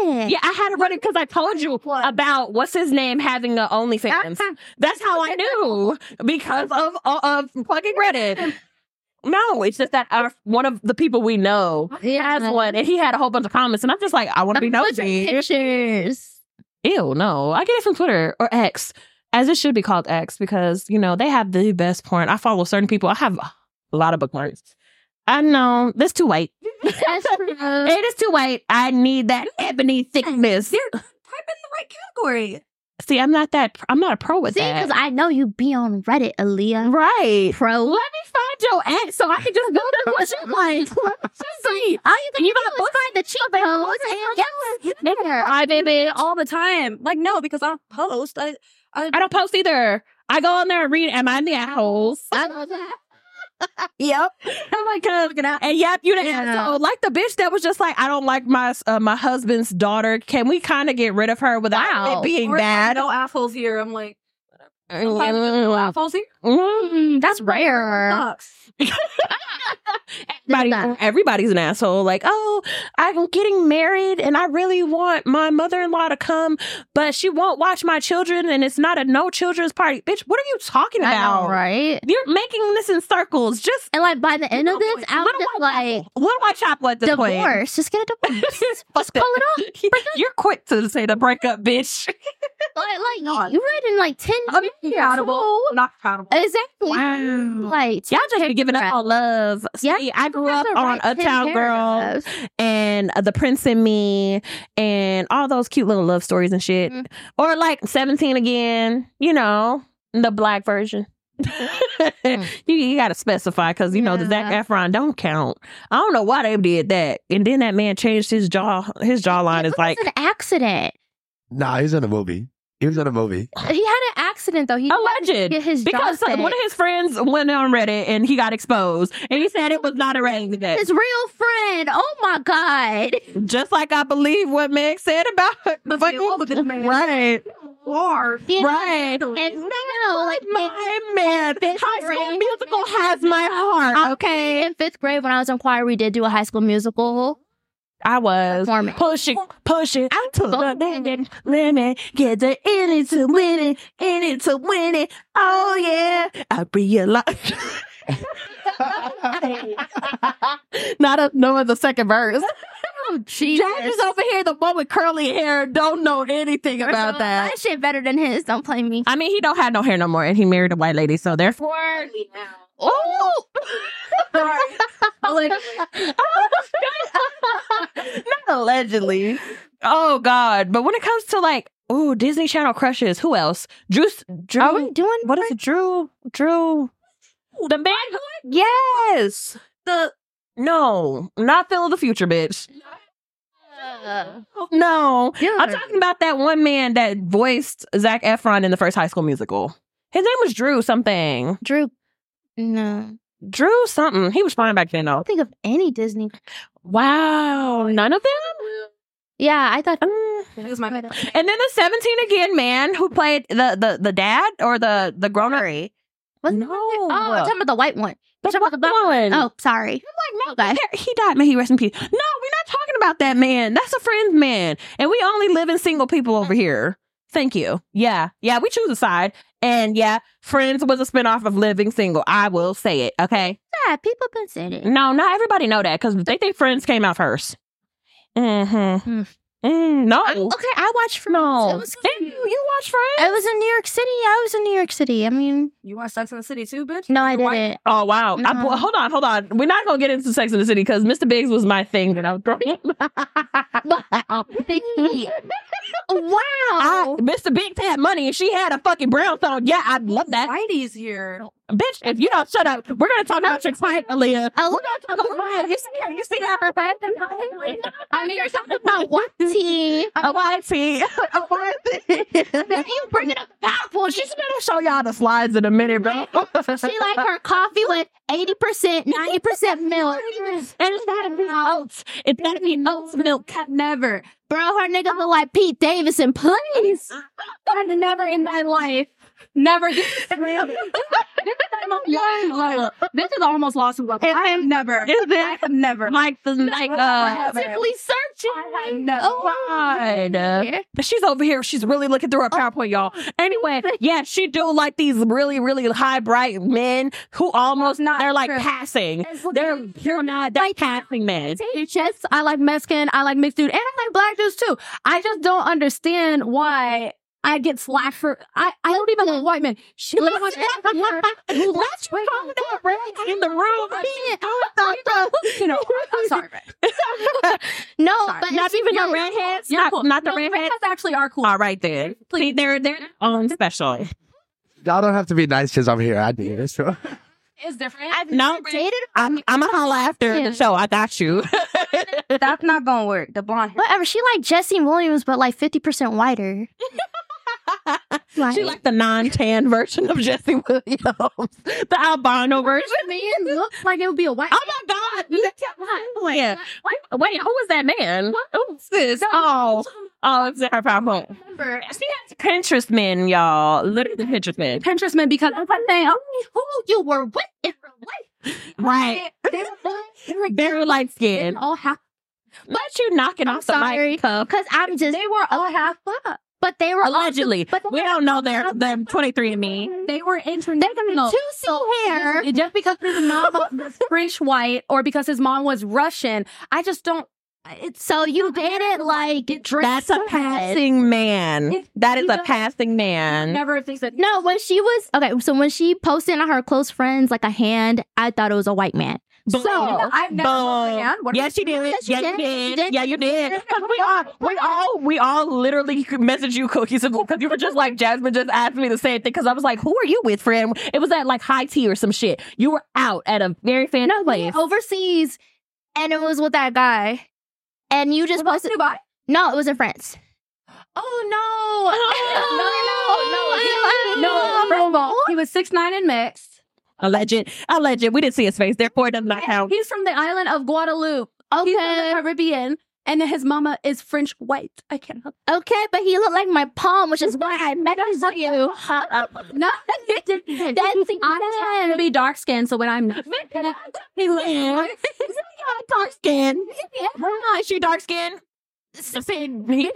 Yeah, I had to run it because I told you about what's his name having a OnlyFans. That's how I knew because of of fucking Reddit. No, it's just that our, one of the people we know has one, and he had a whole bunch of comments, and I'm just like, I want to be nosy.
Pictures.
Ew, no, I get it from Twitter or X, as it should be called X, because you know they have the best porn. I follow certain people. I have a lot of bookmarks. I know that's too white.
That's true.
It is too white. I need that ebony thickness.
Type in the right category.
See, I'm not that. I'm not a pro with
See,
that.
because I know you be on Reddit, Aaliyah.
right.
Pro.
Let me find your ex so I can just go to what you like.
See, all "Oh, you can you do is find the cheat codes and get it there.
Hi, baby.
All the time. Like, no, because I don't post. I, I,
I don't post either. I go on there and read, Am I in the assholes?
I love that.
Yep. I'm like, "Cuz,
uh,
look it out. And yep, you the
Yeah.
asshole. Like the bitch that was just like, I don't like my uh, my husband's daughter. Can we kind of get rid of her without
Wow.
it being
or if I
bad?
know assholes here. I'm like,
Everybody,
assholes here?
Mm-hmm.
Mm, that's rare.
Sucks.
that.
everybody's an asshole. Like, oh, I'm getting married and I really want my mother in law to come, but she won't watch my children and it's not a no children's party. Bitch, what are you talking
I know,
about?
right?
You're making this in circles. Just
And like by the end of this, I'm
What do
just
I-
like
what do I chop at this point?
divorce. Just get a divorce.
Fuck
Call
that.
it off.
You're quick to say the breakup, bitch.
Like, like you read in like ten
I'm
years.
compatible.
old.
Not compatible.
Exactly.
Wow.
Like
Y'all just be giving up
Correct.
on love.
Yeah,
See, I grew up
that's a
on
right
Uptown
10
Girl
paragraphs.
and uh, The Prince and Me and all those cute little love stories and shit.
Mhm.
Or like 17 again, you know, the black version. you, you gotta specify because you know the Zac
Mm. Yeah.
Efron don't count. I don't know why they did that. And then that man changed his jaw. His jawline
It
is like
was an accident.
Nah, he's in a movie. He was at a movie.
He had an accident though. He didn't
Alleged.
get his
Because
job
some- one of his friends went on Reddit and he got exposed, and he said it was not a rain
fixed.
event.
his real friend. Oh my god.
Just like I believe what Meg said about fucking right,
You know,
right.
And no, like
My man, High School Musical has my heart. Okay,
in fifth grade when I was in choir, we did do a high school musical
I was
performance.
pushing, pushing out to the
Boom.
limit, limit. Get to in it to win it, in it to win it. Oh yeah, I realize. Not a, no, the second verse.
Oh, Jesus.
Jack is over here, the one with curly hair, don't know anything about that.
My shit better than his. Don't play me.
I mean, he don't have no hair no more, and he married a white lady, so therefore. Oh, not allegedly. Oh God! But when it comes to like, ooh, Disney Channel crushes. Who else? Drew. Drew.
Are we doing?
what is it? Drew. Drew. The man. Yes. The. No, not Phil of the Future, bitch.
Uh,
No, I'm
dude.
talking about that one man that voiced Zach Efron in the first High School Musical. His name was Drew something.
Drew. No,
Drew something. He was fine back then though.
I think of any Disney.
Wow, none of them.
Yeah, I thought.
Mm.
It was my
And then the 17 again man who played the the the dad or the the grown up.
Wasn't
No,
Oh, I'm talking about the white one.
the
talking about the black
one.
Oh,
I'm
sorry.
like, no,
Okay.
there- he died. May he rest in peace. No, we're not talking about that man. That's a friend's man, and we only live in single people over here. Thank you. Yeah, yeah, we choose a side, and yeah, Friends was a spinoff of Living Single. I will say it. Okay.
Yeah, people been saying it.
No, not everybody know that because they think Friends came out first. Mm-hmm.
Hmm.
Mm, no.
I- okay, I watched Friends.
No.
It was,
Didn't you, you watch Friends?
I was in New York City. I was in New York City. I mean,
You want Sex in the City too, bitch?
no, I
Why-
didn't.
Oh wow! I-
No.
hold on, hold on. We're not gonna get into Sex in the City because Mr. Biggs was my thing that I was throwing.
Oh, wow.
I,
Uh, oh,
Mr. Biggs had money and she had a fucking brownstone. Yeah, I love that.
Whitey's here.
Bitch, if you don't shut up, we're gonna talk about your client, Aaliyah.
I love-
We're gonna talk about you see her, you see her.
I mean, you're talking about what tea?
A white tee. A white tee.
you bringing up
Well, she's gonna show y'all the slides in a minute, bro.
She like her coffee with eighty percent, ninety percent milk.
And it's gotta be oats. It's gotta be oats milk.
Never, bro. Her nigga look like Pete Davidson. Please,
I'd never in my life. Never. This is, this is almost lawsuit level. I am never.
Is
I
it
am never.
like the like uh?
actively searching.
No.
Oh God. Oh. But she's over here. She's really looking through her PowerPoint, y'all. Anyway, yeah, she do like these really, really high bright men who almost not they're like passing. They're you're not they're passing men.
Yes, I like Mexican. I like mixed dude, and I like black dudes too. I just don't understand why I get slack for. I I don't even like white men. She
Listen.
likes white men.
Let's you calling that red in the room.
You know, I'm sorry. Red.
No,
Sorry.
but
Not
it's-
even
no,
the redheads.
Yeah,
Not,
cool.
not the
No,
redheads.
redheads actually are cool.
All right then. See, they're they're on special.
Y'all don't have to be nice because I'm here. I need this.
It's different.
No,
dated.
I'm I'm a holla after the show. I got you.
That's not gonna work. The blonde hair.
Whatever. She like Jesse Williams, but like fifty percent whiter. Like,
She like the non-tan version of Jesse Williams, the albino version.
man looks like it would be a white.
Oh my God! Yeah. Wait, wait, who was that man? Who's this? Oh, oh, it's her PowerPoint.
remember.
She has Pinterest men, y'all. Literally Pinterest men.
Pinterest man because I'm saying
Who you were with in real life?
Right.
They were-
Very
I'm
light skinned.
all half.
Let you knocking
I'm
off the
sorry,
mic. Cub.
because I'm just.
They were all half black.
But they were
Allegedly,
but they-
we don't know they're they're 23 and me.
They were
They
international.
got two C hair.
Just, just because his mom was French white or because his mom was Russian, I just don't. It's
So you didn't like get
That's a passing man.
It's-
That is
you
a
don't-
passing man.
never thinks that.
No, when she was okay, so when she posted on her close friends like a hand, I thought it was a white man.
Boom.
So I've never
Boom.
looked at- what-
Yes, you did.
Yes, you
yes, you
did.
did.
You did.
Yeah, you did. Because we all, we all, we all literally messaged you cookies because you were just like Jasmine just asked me the same thing because I was like, "Who are you with, friend?" It was at like high tea or some shit. You were out at a very fancy
No, we
place.
went overseas, and it was with that guy, and you just posted.
Dubai?
No, it was in France.
Oh no! no, no, no, no, no, First of all, he was six nine and mixed.
Alleged. Alleged. We didn't see his face. Therefore, it does not count.
He's from the island of Guadeloupe. He's from the
Okay.
Caribbean, and then his mama is French white. I can't help.
Okay, but he looked like my palm, which is why I mentioned you.
No,
That's
I'm trying to be dark skinned, so when I'm not, he looks.
dark skin. Is she dark skin? He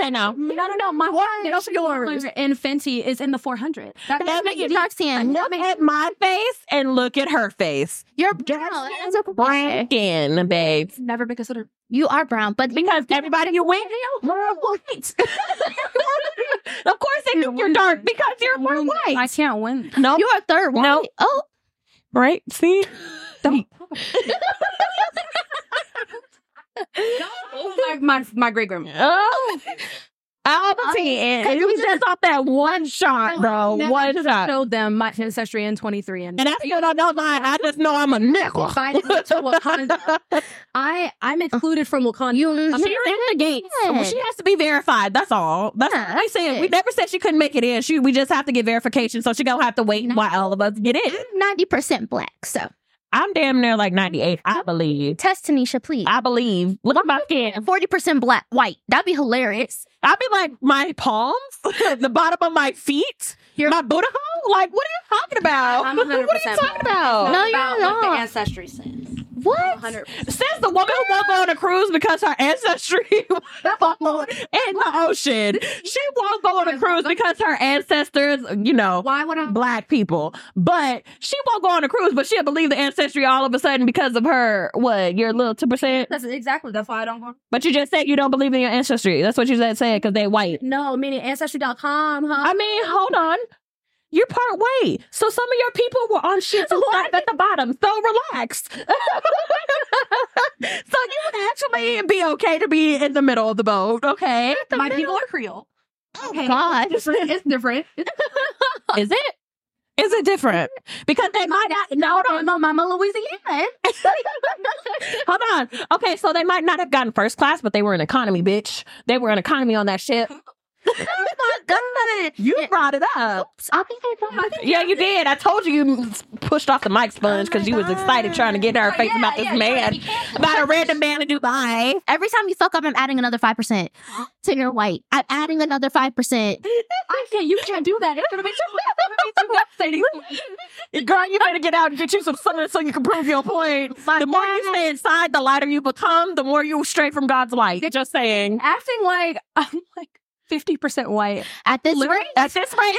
said
No,
no.
no, no. My
Where's yours?
in Fenty is in the 400. That,
That make it
dark skin.
Look at my face and look at her face.
You're
Dark
brown.
skin's a brown skin, babe.
never been considered.
You are brown, but
Because everybody you went to, were white. of course they think you're dark because you're more
I
white.
can't win.
No,
you are third one.
No.
Oh,
right? See,
My my, my great grandma.
oh, Albertine, and you just off that one shot, bro. One shot.
Showed them my ancestry in 23 and
And I still don't know mine. I just know I'm a nickel.
invited me to Wakanda. I I'm excluded from Wakanda.
you.
She's in the gates. Well, she has to be verified. That's all. That's
Yeah,
all. I
that's
said.
it.
We never said she couldn't make it in. She we just have to get verification. So she gonna have to wait while all of us get in.
Ninety percent black. So
I'm damn near like 98. I believe.
test Tanisha, please.
I believe. Look at my skin.
Forty percent black, white. That'd be hilarious.
I'd be like my palms, the bottom of my feet,
You're-
my booty hole. Like, what are you talking about?
I'm
what are you
100%
talking about?
No,
about
you're
what the
not.
ancestry says.
What?
100.
Says the woman who won't go on a cruise because her ancestry was followed in the ocean. She won't go on a cruise because her ancestors, you know,
Why would I?
black people. But she won't go on a cruise, but she'll believe the ancestry all of a sudden because of her, what, your little 2%?
That's exactly. That's why I don't go.
But you just said you don't believe in your ancestry. That's what you just said because they white.
No, meaning ancestry.com, huh?
I mean, hold on. You're part way. So some of your people were on shit to stop at the bottom. So relax. so you would actually be okay to be in the middle of the boat, okay?
my people are Creole. Okay.
God.
It's different. It's different.
Is it? Is it different? Because they might not no, hold on.
My mama Louisiana.
Hold on. Okay, so they might not have gotten first class, but they were in economy, bitch. They were in economy on that ship. You brought it up.
I think I thought.
Yeah, you did. I told you you pushed off the mic sponge because you was excited trying to get in her
"Oh,
face about this man. About a random man in Dubai.
Every time you fuck up, I'm adding another five percent to your white. I'm adding another five percent.
I can't. You can't do that. It's gonna be too. It's gonna be too devastating.
Girl, you better get out and get you some sun so you can prove your point. The more you stay inside, the lighter you become, the more you stray from God's light. Just saying.
Acting like I'm like fifty percent white.
At this
Look
rate,
at this right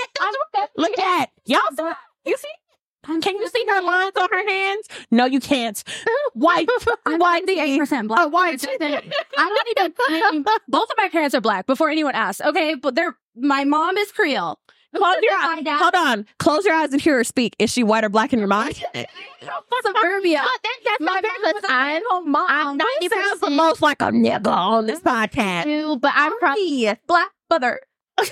Look at that. Y'all see- you see? Can you see her lines on her hands? No, you can't. White. White.
Eight percent black.
Uh, white.
I don't
Oh,
even. both of my parents are black. Before anyone asks, okay, but they're my mom is Creole.
Close your
My
eyes.
dad-
Hold on. Close your eyes and hear her speak. Is she white or black in your mind?
Suburbia.
Oh, that- that's
My
not fair because I'm
home mom.
I'm ninety
She sounds the most like a nigga on this podcast.
percent, but I'm probably
black mother.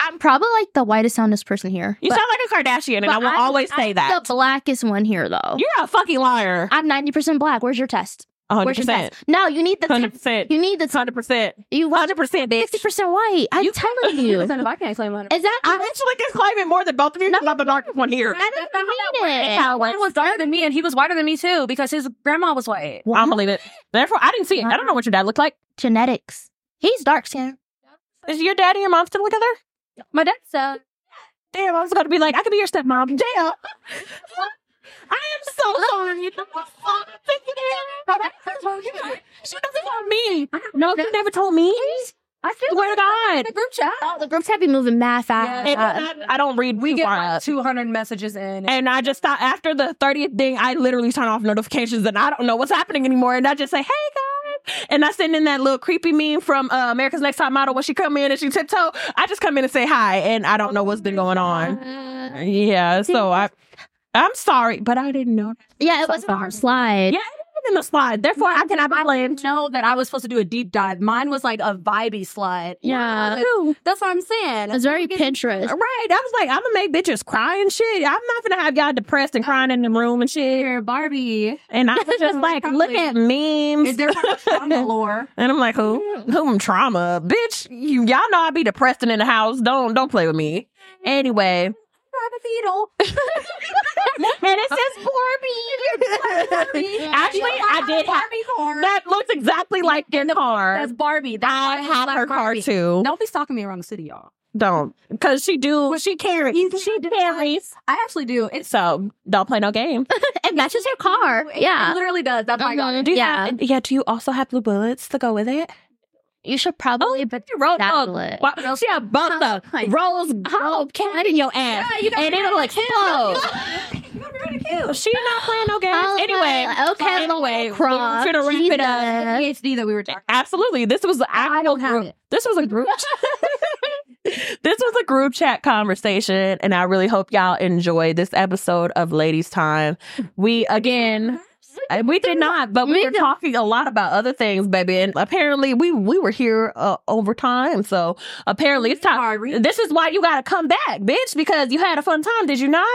I'm probably like the whitest soundest person here.
You
But
sound like a Kardashian, and I will
I'm-
always say that.
the blackest one here, though.
You're a fucking liar.
I'm ninety percent black. Where's your test? Where's your
100%.
test? No, you need the test.
100%.
You need the test.
100%.
You want
100%, bitch.
fifty percent white. I'm telling you.
Percent of I can't claim hundred.
Is that
I actually can claim it more than both of you because I'm the darkest one here.
I don't mean it.
How it
He
went.
was darker than me, and he was whiter than me too because his grandma was white.
I don't believe it. Therefore, I didn't see it. I don't know what your dad looked like.
Genetics. He's dark skin.
Is your dad and your mom still together?
My dad's uh,
Damn, I was going to be like, I could be your stepmom. Damn. I am so sorry. She doesn't want me. No, you never told me. I swear to God.
the group chat.
Oh, the groups have been moving mad fast.
And I, I don't read
We
too
get
far
like
up.
200 messages in.
And I just thought after the 30th thing, I literally turn off notifications and I don't know what's happening anymore. And I just say, hey guys. And I send in that little creepy meme from uh, America's Next Top Model when she come in and she tiptoe. I just come in and say hi and I don't know what's been going on.
Uh,
Yeah. So I I'm sorry, but I didn't know that.
yeah, it wasn't on our slide.
Yeah, in the slide. Therefore, I cannot be
I
blamed.
didn't know that I was supposed to do a deep dive. Mine was like a vibey slide.
Yeah.
Like, that's what I'm saying.
It's very Pinterest.
Right. I was like, I'm gonna make bitches cry and shit. I'm not gonna have y'all depressed and crying in the room and shit.
Here, Barbie.
And I was just like, look at memes.
Is there trauma lore?
And I'm like, who? Whom trauma? Bitch, you, y'all know I be depressed and in the house. Don't don't play with me. Anyway. and it says Barbie. Actually, I did have
Barbie core.
that looks exactly like in the car.
That's Barbie. That's why
I
it's
had
like
her car
Barbie.
too.
Don't be stalking me around the city, y'all.
Don't. Cause she do she
You
carries. She
do.
carries.
I actually do. It's
So don't play no game.
It matches your car.
It
Yeah.
literally does. That's why I got it.
Mhm. Yeah.
yeah, do you also have blue bullets to go with it?
You should
Oh,
probably but
You
Oh,
wrote
that
up.
bullet.
Wow, she had bumped the
Huh.
rose
Oh,
gold oh, cat in your ass.
Yeah, you got
and it'll explode. she not playing no games.
Oh,
anyway,
my- okay,
anyway,
Lil'
we're
Croc,
gonna wrap it up.
Jesus.
PhD that we were talking.
Absolutely. This was I don't
have it.
This was a group. this was a group chat conversation, and I really hope y'all enjoyed this episode of Ladies Time. We again. uh, We did not, but we
We
were
don't.
talking a lot about other things, baby. And apparently, we we were here uh, over time, so apparently it's time.
Sorry.
This is why you got to come back, bitch, because you had a fun time, did you not?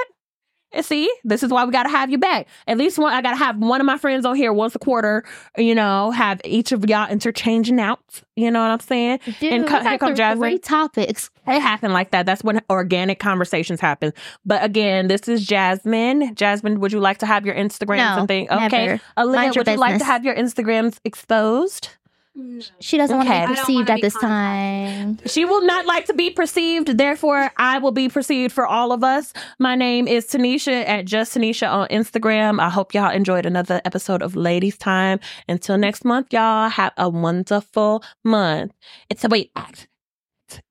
And see, this is why we got to have you back. At least one, I got to have one of my friends on here once a quarter, you know, have each of y'all interchanging out. You know what I'm saying?
Dude,
And
we
co-
got
here come
th- three
Jasmine.
topics.
It happened like that. That's when organic conversations happen. But again, this is Jasmine. Jasmine, would you like to have your Instagrams
No,
and thing? Okay.
never.
Aaliyah,
Mind
would
your
you like to
business.
have your Instagrams exposed?
She doesn't
Okay. I
want
don't
to be perceived
wanna
at
be
this time.
She will not like to be perceived. Therefore, I will be perceived for all of us. My name is Tanisha at Just Tanisha on Instagram. I hope y'all enjoyed another episode of Ladies Time. Until next month, y'all have a wonderful month. It's a wait act.